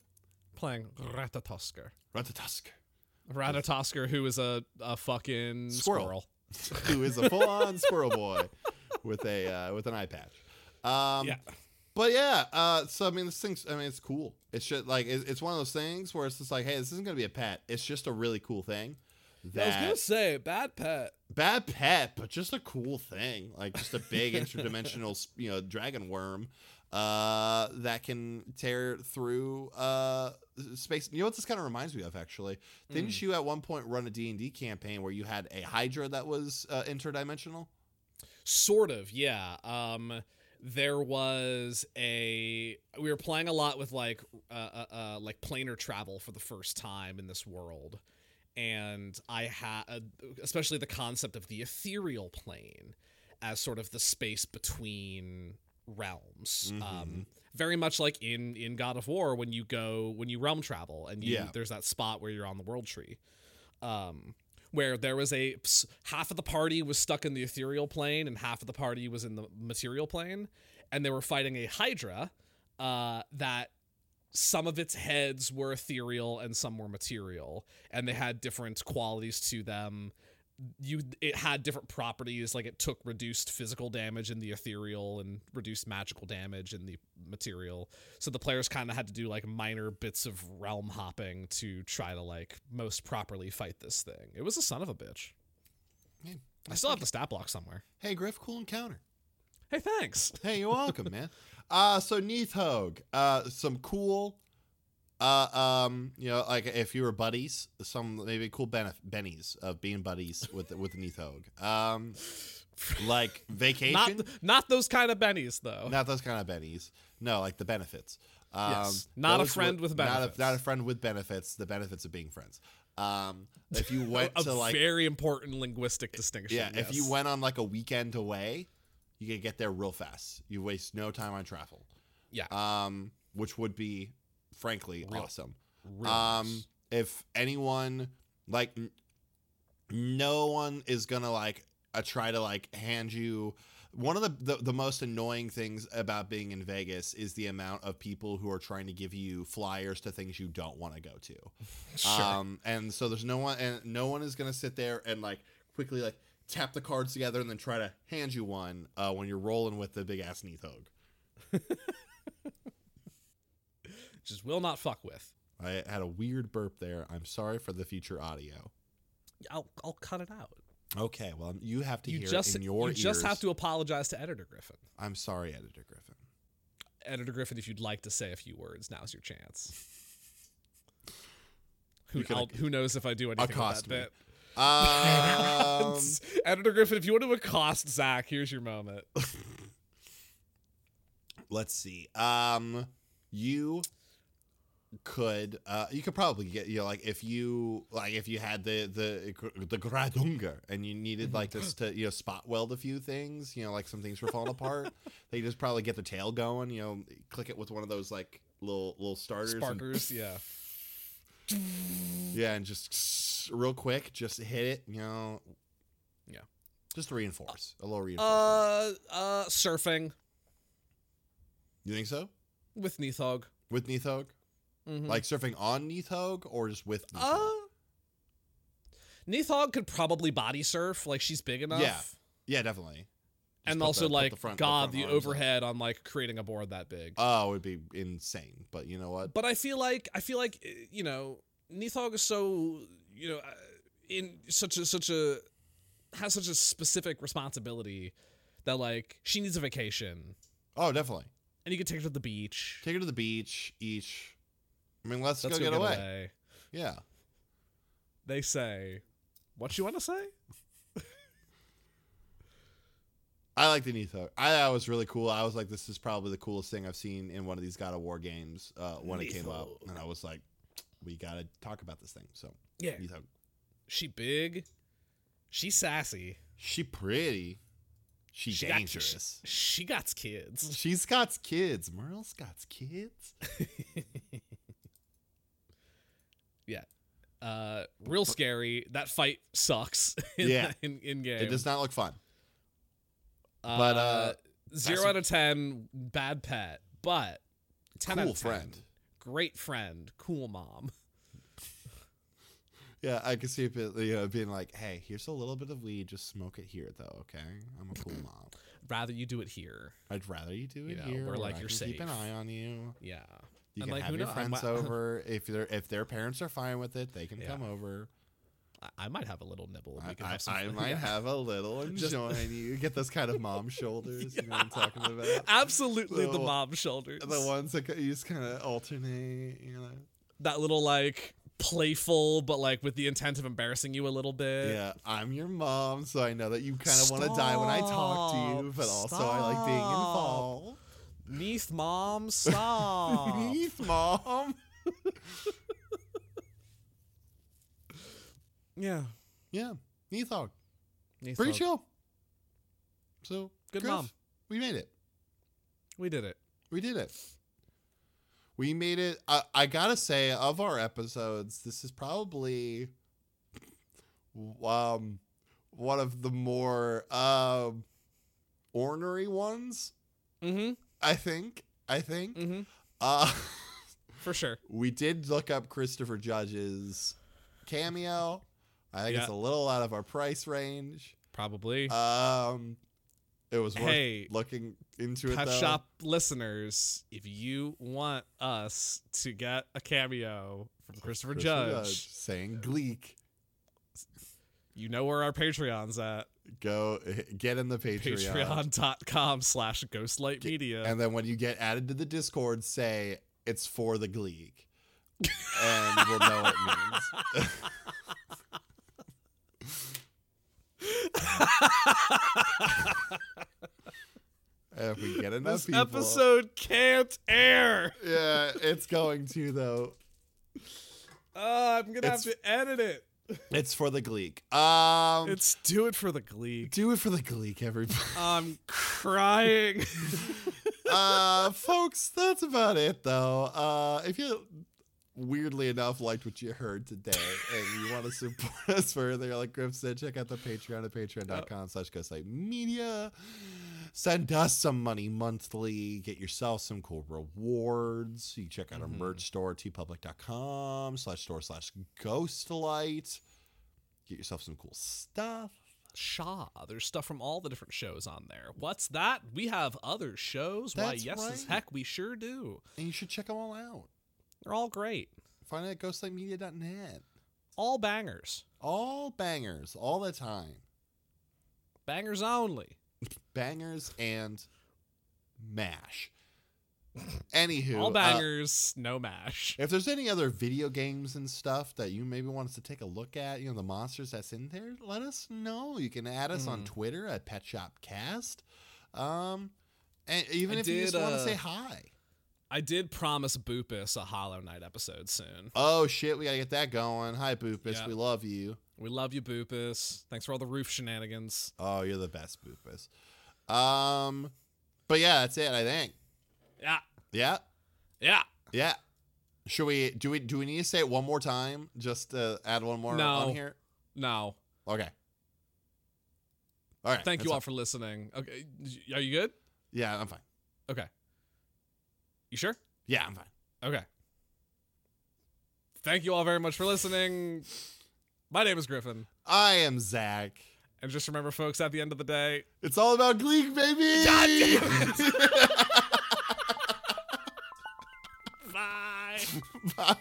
[SPEAKER 2] playing Ratatoskr.
[SPEAKER 1] Ratatosk,
[SPEAKER 2] Ratatoskr, who is a, a fucking
[SPEAKER 1] Squirrel.
[SPEAKER 2] squirrel.
[SPEAKER 1] who is a full-on squirrel boy with a uh, with an eye patch. Um,
[SPEAKER 2] Yeah.
[SPEAKER 1] But yeah, uh, so I mean, this thing's. I mean, it's cool. It's just like it's, it's one of those things where it's just like, hey, this isn't gonna be a pet. It's just a really cool thing. That
[SPEAKER 2] say, bad pet.
[SPEAKER 1] bad pet, but just a cool thing, like just a big interdimensional, you know, dragon worm uh that can tear through uh space you know what this kind of reminds me of actually didn't you at one point run a d&d campaign where you had a hydra that was uh, interdimensional
[SPEAKER 2] Sort of, yeah. Um, there was a we were playing a lot with like uh, uh, uh like planar travel for the first time in this world, and I had especially the concept of the ethereal plane as sort of the space between realms. Um, very much like in in God of War when you go when you realm travel and you,
[SPEAKER 1] Yeah.
[SPEAKER 2] there's that spot where you're on the world tree. Um, where there was a ps- half of the party was stuck in the ethereal plane and half of the party was in the material plane and they were fighting a hydra uh, that some of its heads were ethereal and some were material and they had different qualities to them you it had different properties like it took reduced physical damage in the ethereal and reduced magical damage in the material so the players kind of had to do like minor bits of realm hopping to try to like most properly fight this thing it was a son of a bitch
[SPEAKER 1] Yeah.
[SPEAKER 2] i still have the stat block somewhere
[SPEAKER 1] hey griff cool encounter
[SPEAKER 2] hey thanks
[SPEAKER 1] Hey, you're welcome, man. Uh so Neathog, uh some cool uh um you know like if you were buddies, some maybe cool benef- bennies of being buddies with with Neathog. Um like vacation.
[SPEAKER 2] not
[SPEAKER 1] Not,
[SPEAKER 2] not those kind of bennies though
[SPEAKER 1] those kind of bennies. No, like the benefits. Um
[SPEAKER 2] Yes. Not a
[SPEAKER 1] those
[SPEAKER 2] friend
[SPEAKER 1] would-
[SPEAKER 2] with benefits.
[SPEAKER 1] Not a, not a friend with benefits, the benefits of being friends. Um if you went
[SPEAKER 2] a
[SPEAKER 1] to like
[SPEAKER 2] very important linguistic distinction
[SPEAKER 1] yeah, if you
[SPEAKER 2] yes.
[SPEAKER 1] went on like a weekend away, you could get there real fast. You waste no time on travel.
[SPEAKER 2] yeah
[SPEAKER 1] um, which would be frankly
[SPEAKER 2] Real-
[SPEAKER 1] awesome.
[SPEAKER 2] real
[SPEAKER 1] Um,
[SPEAKER 2] nice.
[SPEAKER 1] if anyone like n- no one is gonna like uh, try to like hand you one of the, the the most annoying things about being in Vegas is the amount of people who are trying to give you flyers to things you don't want to go to. Um, and so there's no one, and no one is gonna sit there and like quickly like tap the cards together and then try to hand you one uh, when you're rolling with the big ass Neathog.
[SPEAKER 2] Just will not fuck with.
[SPEAKER 1] I had a weird burp there. I'm sorry for the future audio.
[SPEAKER 2] I'll I'll cut it out.
[SPEAKER 1] Okay, well you have to
[SPEAKER 2] You
[SPEAKER 1] hear
[SPEAKER 2] just
[SPEAKER 1] it in your
[SPEAKER 2] you just
[SPEAKER 1] ears.
[SPEAKER 2] have to apologize to Editor Griffin.
[SPEAKER 1] I'm sorry, Editor Griffin.
[SPEAKER 2] Editor Griffin, if you'd like to say a few words, now's your chance. Who,
[SPEAKER 1] You can
[SPEAKER 2] I'll- who knows if I do anything
[SPEAKER 1] accost
[SPEAKER 2] with
[SPEAKER 1] me.
[SPEAKER 2] that bit?
[SPEAKER 1] Um,
[SPEAKER 2] Editor Griffin, if you want to accost Zach, here's your moment.
[SPEAKER 1] let's see. Um, you could uh you could probably get you know like if you like if you had the the the gradunga and you needed like this to you know spot weld a few things you know like some things were falling apart they just probably get the tail going you know click it with one of those like little little starters and-
[SPEAKER 2] Sparkers, yeah.
[SPEAKER 1] yeah and just real quick just hit it you know
[SPEAKER 2] Yeah.
[SPEAKER 1] just to reinforce a little reinforcement
[SPEAKER 2] Uh, uh, surfing
[SPEAKER 1] you think so
[SPEAKER 2] with Neathog.
[SPEAKER 1] with Neathog?
[SPEAKER 2] Mhm.
[SPEAKER 1] Like surfing on Neathog or just with
[SPEAKER 2] uh,
[SPEAKER 1] Neathog?
[SPEAKER 2] Neathog could probably body surf. Like she's big enough.
[SPEAKER 1] Yeah. yeah, definitely. Just
[SPEAKER 2] and
[SPEAKER 1] put
[SPEAKER 2] also
[SPEAKER 1] the- put
[SPEAKER 2] like
[SPEAKER 1] the front- the
[SPEAKER 2] god
[SPEAKER 1] front
[SPEAKER 2] the,
[SPEAKER 1] arms up.
[SPEAKER 2] overhead on like creating a board that big
[SPEAKER 1] Oh, it would be insane. But you know what?
[SPEAKER 2] but i feel like i feel like eh, you know nithog is so you know uh, in such a such a has such a specific responsibility that like she needs a vacation
[SPEAKER 1] Oh, definitely.
[SPEAKER 2] and you can take her to the beach
[SPEAKER 1] Take her to the beach, each. I mean, let's,
[SPEAKER 2] Let's
[SPEAKER 1] go, get, away.
[SPEAKER 2] away.
[SPEAKER 1] Yeah.
[SPEAKER 2] they say what you want to say
[SPEAKER 1] I like the Neathog. I thought it was really cool. I was like, this is probably the coolest thing I've seen in one of these God of War games uh, when it came up.
[SPEAKER 2] Neathog.
[SPEAKER 1] And I was like, we got to talk about this thing. So,
[SPEAKER 2] yeah
[SPEAKER 1] Neathog.
[SPEAKER 2] she big she sassy
[SPEAKER 1] She pretty. She,
[SPEAKER 2] She got-
[SPEAKER 1] dangerous.
[SPEAKER 2] she got kids
[SPEAKER 1] She's got kids. Merle's got kids.
[SPEAKER 2] uh real scary that fight sucks in,
[SPEAKER 1] Yeah.
[SPEAKER 2] in, in game
[SPEAKER 1] It does not look fun.
[SPEAKER 2] But
[SPEAKER 1] But,
[SPEAKER 2] uh,
[SPEAKER 1] uh,
[SPEAKER 2] zero
[SPEAKER 1] that's-
[SPEAKER 2] out of ten, bad pet, but ten out
[SPEAKER 1] Cool
[SPEAKER 2] of 10,
[SPEAKER 1] friend.
[SPEAKER 2] great friend, cool mom.
[SPEAKER 1] Yeah, I can see it being, you know, being like, "Hey, here's a little bit of weed. Just smoke it here, though. Okay, I'm a cool mom.
[SPEAKER 2] Rather you do it here,
[SPEAKER 1] I'd rather you do it
[SPEAKER 2] You know,
[SPEAKER 1] here.
[SPEAKER 2] we're
[SPEAKER 1] where
[SPEAKER 2] like,
[SPEAKER 1] I
[SPEAKER 2] you're
[SPEAKER 1] can Keep an
[SPEAKER 2] safe.
[SPEAKER 1] eye on you.
[SPEAKER 2] yeah.
[SPEAKER 1] You
[SPEAKER 2] And,
[SPEAKER 1] can
[SPEAKER 2] like,
[SPEAKER 1] have
[SPEAKER 2] who
[SPEAKER 1] your
[SPEAKER 2] kno- I
[SPEAKER 1] friends
[SPEAKER 2] might-
[SPEAKER 1] over if they're if their parents are fine with it. They can
[SPEAKER 2] Yeah.
[SPEAKER 1] come over.
[SPEAKER 2] I- I might have a little nibble. and
[SPEAKER 1] I,
[SPEAKER 2] we can
[SPEAKER 1] I-
[SPEAKER 2] have some-
[SPEAKER 1] I might
[SPEAKER 2] yeah.
[SPEAKER 1] have a little and
[SPEAKER 2] Just-
[SPEAKER 1] join you. Get those kind of mom shoulders. You know what I'm talking about?
[SPEAKER 2] Absolutely, the
[SPEAKER 1] The-
[SPEAKER 2] mom shoulders.
[SPEAKER 1] The ones that you just kind of alternate. You know.
[SPEAKER 2] That little like playful, but like with the intent of embarrassing you a little bit.
[SPEAKER 1] Yeah, I'm your mom, so I know that you kind of want to die when I talk to you, but also I like being
[SPEAKER 2] Stop.
[SPEAKER 1] involved.
[SPEAKER 2] Neath mom, stop.
[SPEAKER 1] Neath, mom.
[SPEAKER 2] yeah.
[SPEAKER 1] Yeah, Neathog.
[SPEAKER 2] Neath
[SPEAKER 1] Pretty
[SPEAKER 2] mom.
[SPEAKER 1] chill. So
[SPEAKER 2] Good
[SPEAKER 1] Griff,
[SPEAKER 2] mom.
[SPEAKER 1] We made it.
[SPEAKER 2] We did it.
[SPEAKER 1] We did it. We made it. I, I gotta say, of our episodes, this is probably um one of the more um ornery ones.
[SPEAKER 2] Mm-hmm.
[SPEAKER 1] I think. I think.
[SPEAKER 2] Mm-hmm.
[SPEAKER 1] Uh.
[SPEAKER 2] For sure.
[SPEAKER 1] We did look up Christopher Judge's cameo. I think it's a
[SPEAKER 2] Yeah.
[SPEAKER 1] little out of our price range.
[SPEAKER 2] Probably.
[SPEAKER 1] Um, it was worth
[SPEAKER 2] Hey,
[SPEAKER 1] looking into it.
[SPEAKER 2] Pep
[SPEAKER 1] though.
[SPEAKER 2] Shop listeners, if you want us to get a cameo from Christopher, Judge,
[SPEAKER 1] saying Gleek.
[SPEAKER 2] you know where our Patreon's at.
[SPEAKER 1] Go get in the Patreon,
[SPEAKER 2] Patreon.com slash Ghostlight Media.
[SPEAKER 1] and then when you get added to the Discord, say it's for the Gleek, and we'll know what it means. And if we get enough
[SPEAKER 2] this
[SPEAKER 1] people,
[SPEAKER 2] episode can't air.
[SPEAKER 1] yeah, it's going to though.
[SPEAKER 2] Uh, I'm going to have
[SPEAKER 1] It's-
[SPEAKER 2] to edit it.
[SPEAKER 1] It's for the Gleek. Um,
[SPEAKER 2] It's do it for the glee.
[SPEAKER 1] do it for the Gleek, everybody.
[SPEAKER 2] I'm crying.
[SPEAKER 1] uh, folks, that's about it though. Uh, if you weirdly enough liked what you heard today and you want to support us further, like Griff said, check out the Patreon at patreon.com slash ghostlight media. Send us some money monthly. Get yourself some cool rewards. You check out our merch store, tpublic.com slash store slash ghostlight. Get yourself some cool stuff.
[SPEAKER 2] Shaw. There's stuff from all the different shows on there. What's that? We have other shows. Why,
[SPEAKER 1] That's
[SPEAKER 2] yes, as
[SPEAKER 1] right.
[SPEAKER 2] heck, we sure do.
[SPEAKER 1] And you should check them all out.
[SPEAKER 2] They're all great.
[SPEAKER 1] Find it at ghostlightmedia.net.
[SPEAKER 2] All bangers.
[SPEAKER 1] All bangers, all the time.
[SPEAKER 2] Bangers only.
[SPEAKER 1] Bangers and mash. Anywho,
[SPEAKER 2] all
[SPEAKER 1] uh,
[SPEAKER 2] bangers, no mash.
[SPEAKER 1] If there's any other video games and stuff that you maybe want us to take a look at, you know, the monsters that's in there, let us know. You can add us
[SPEAKER 2] Mm.
[SPEAKER 1] on Twitter at Pet Shop Cast. Um, and even
[SPEAKER 2] I
[SPEAKER 1] if you just
[SPEAKER 2] did,
[SPEAKER 1] want to
[SPEAKER 2] uh,
[SPEAKER 1] say hi.
[SPEAKER 2] I did promise Boopus a Hollow Knight episode soon.
[SPEAKER 1] Oh shit, we gotta get that going. Hi Boopus,
[SPEAKER 2] Yeah.
[SPEAKER 1] we love you.
[SPEAKER 2] We love you, Boopus. Thanks for all the roof shenanigans.
[SPEAKER 1] Oh, you're the best Boopus. Um, but yeah, that's it. I think.
[SPEAKER 2] Yeah.
[SPEAKER 1] Yeah,
[SPEAKER 2] Yeah.
[SPEAKER 1] yeah. Should we do we do we need to say it one more time? Just to add one more
[SPEAKER 2] No.
[SPEAKER 1] on here.
[SPEAKER 2] No.
[SPEAKER 1] Okay. All right.
[SPEAKER 2] Thank
[SPEAKER 1] that's
[SPEAKER 2] you all
[SPEAKER 1] it.
[SPEAKER 2] for listening. Okay. Are you good?
[SPEAKER 1] Yeah, I'm fine.
[SPEAKER 2] Okay. You sure?
[SPEAKER 1] Yeah, I'm fine.
[SPEAKER 2] Okay. Thank you all very much for listening. My name is Griffin.
[SPEAKER 1] I am Zach.
[SPEAKER 2] And just remember, folks, at the end of the day,
[SPEAKER 1] It's all about Gleek, baby.
[SPEAKER 2] bye.
[SPEAKER 1] Bye.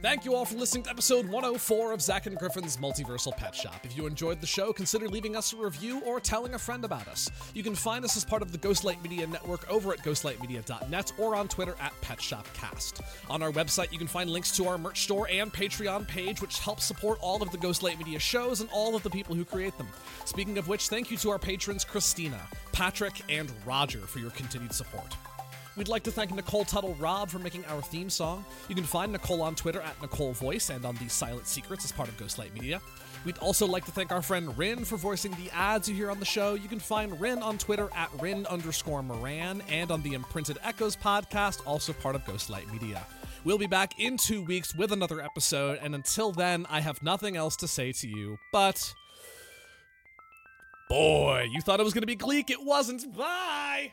[SPEAKER 2] Thank you all for listening to episode 104 of Zack and Griffin's Multiversal Pet Shop. If you enjoyed the show, consider leaving us a review or telling a friend about us. You can find us as part of the Ghostlight Media Network over at ghostlightmedia.net or on Twitter at Pet Shop Cast. On our website, you can find links to our merch store and Patreon page, which helps support all of the Ghostlight Media shows and all of the people who create them. Speaking of which, thank you to our patrons Christina, Patrick, and Roger for your continued support. We'd like to thank Nicole Tuttle Robb for making our theme song. You can find Nicole on Twitter at Nicole Voice and on The Silent Secrets as part of Ghostlight Media. We'd also like to thank our friend Rin for voicing the ads you hear on the show. You can find Rin on Twitter at Rin underscore Moran and on the Imprinted Echoes podcast, also part of Ghostlight Media. We'll be back in two weeks with another episode, and until then, I have nothing else to say to you, but. Boy, you thought it was going to be Gleek. It wasn't. Bye!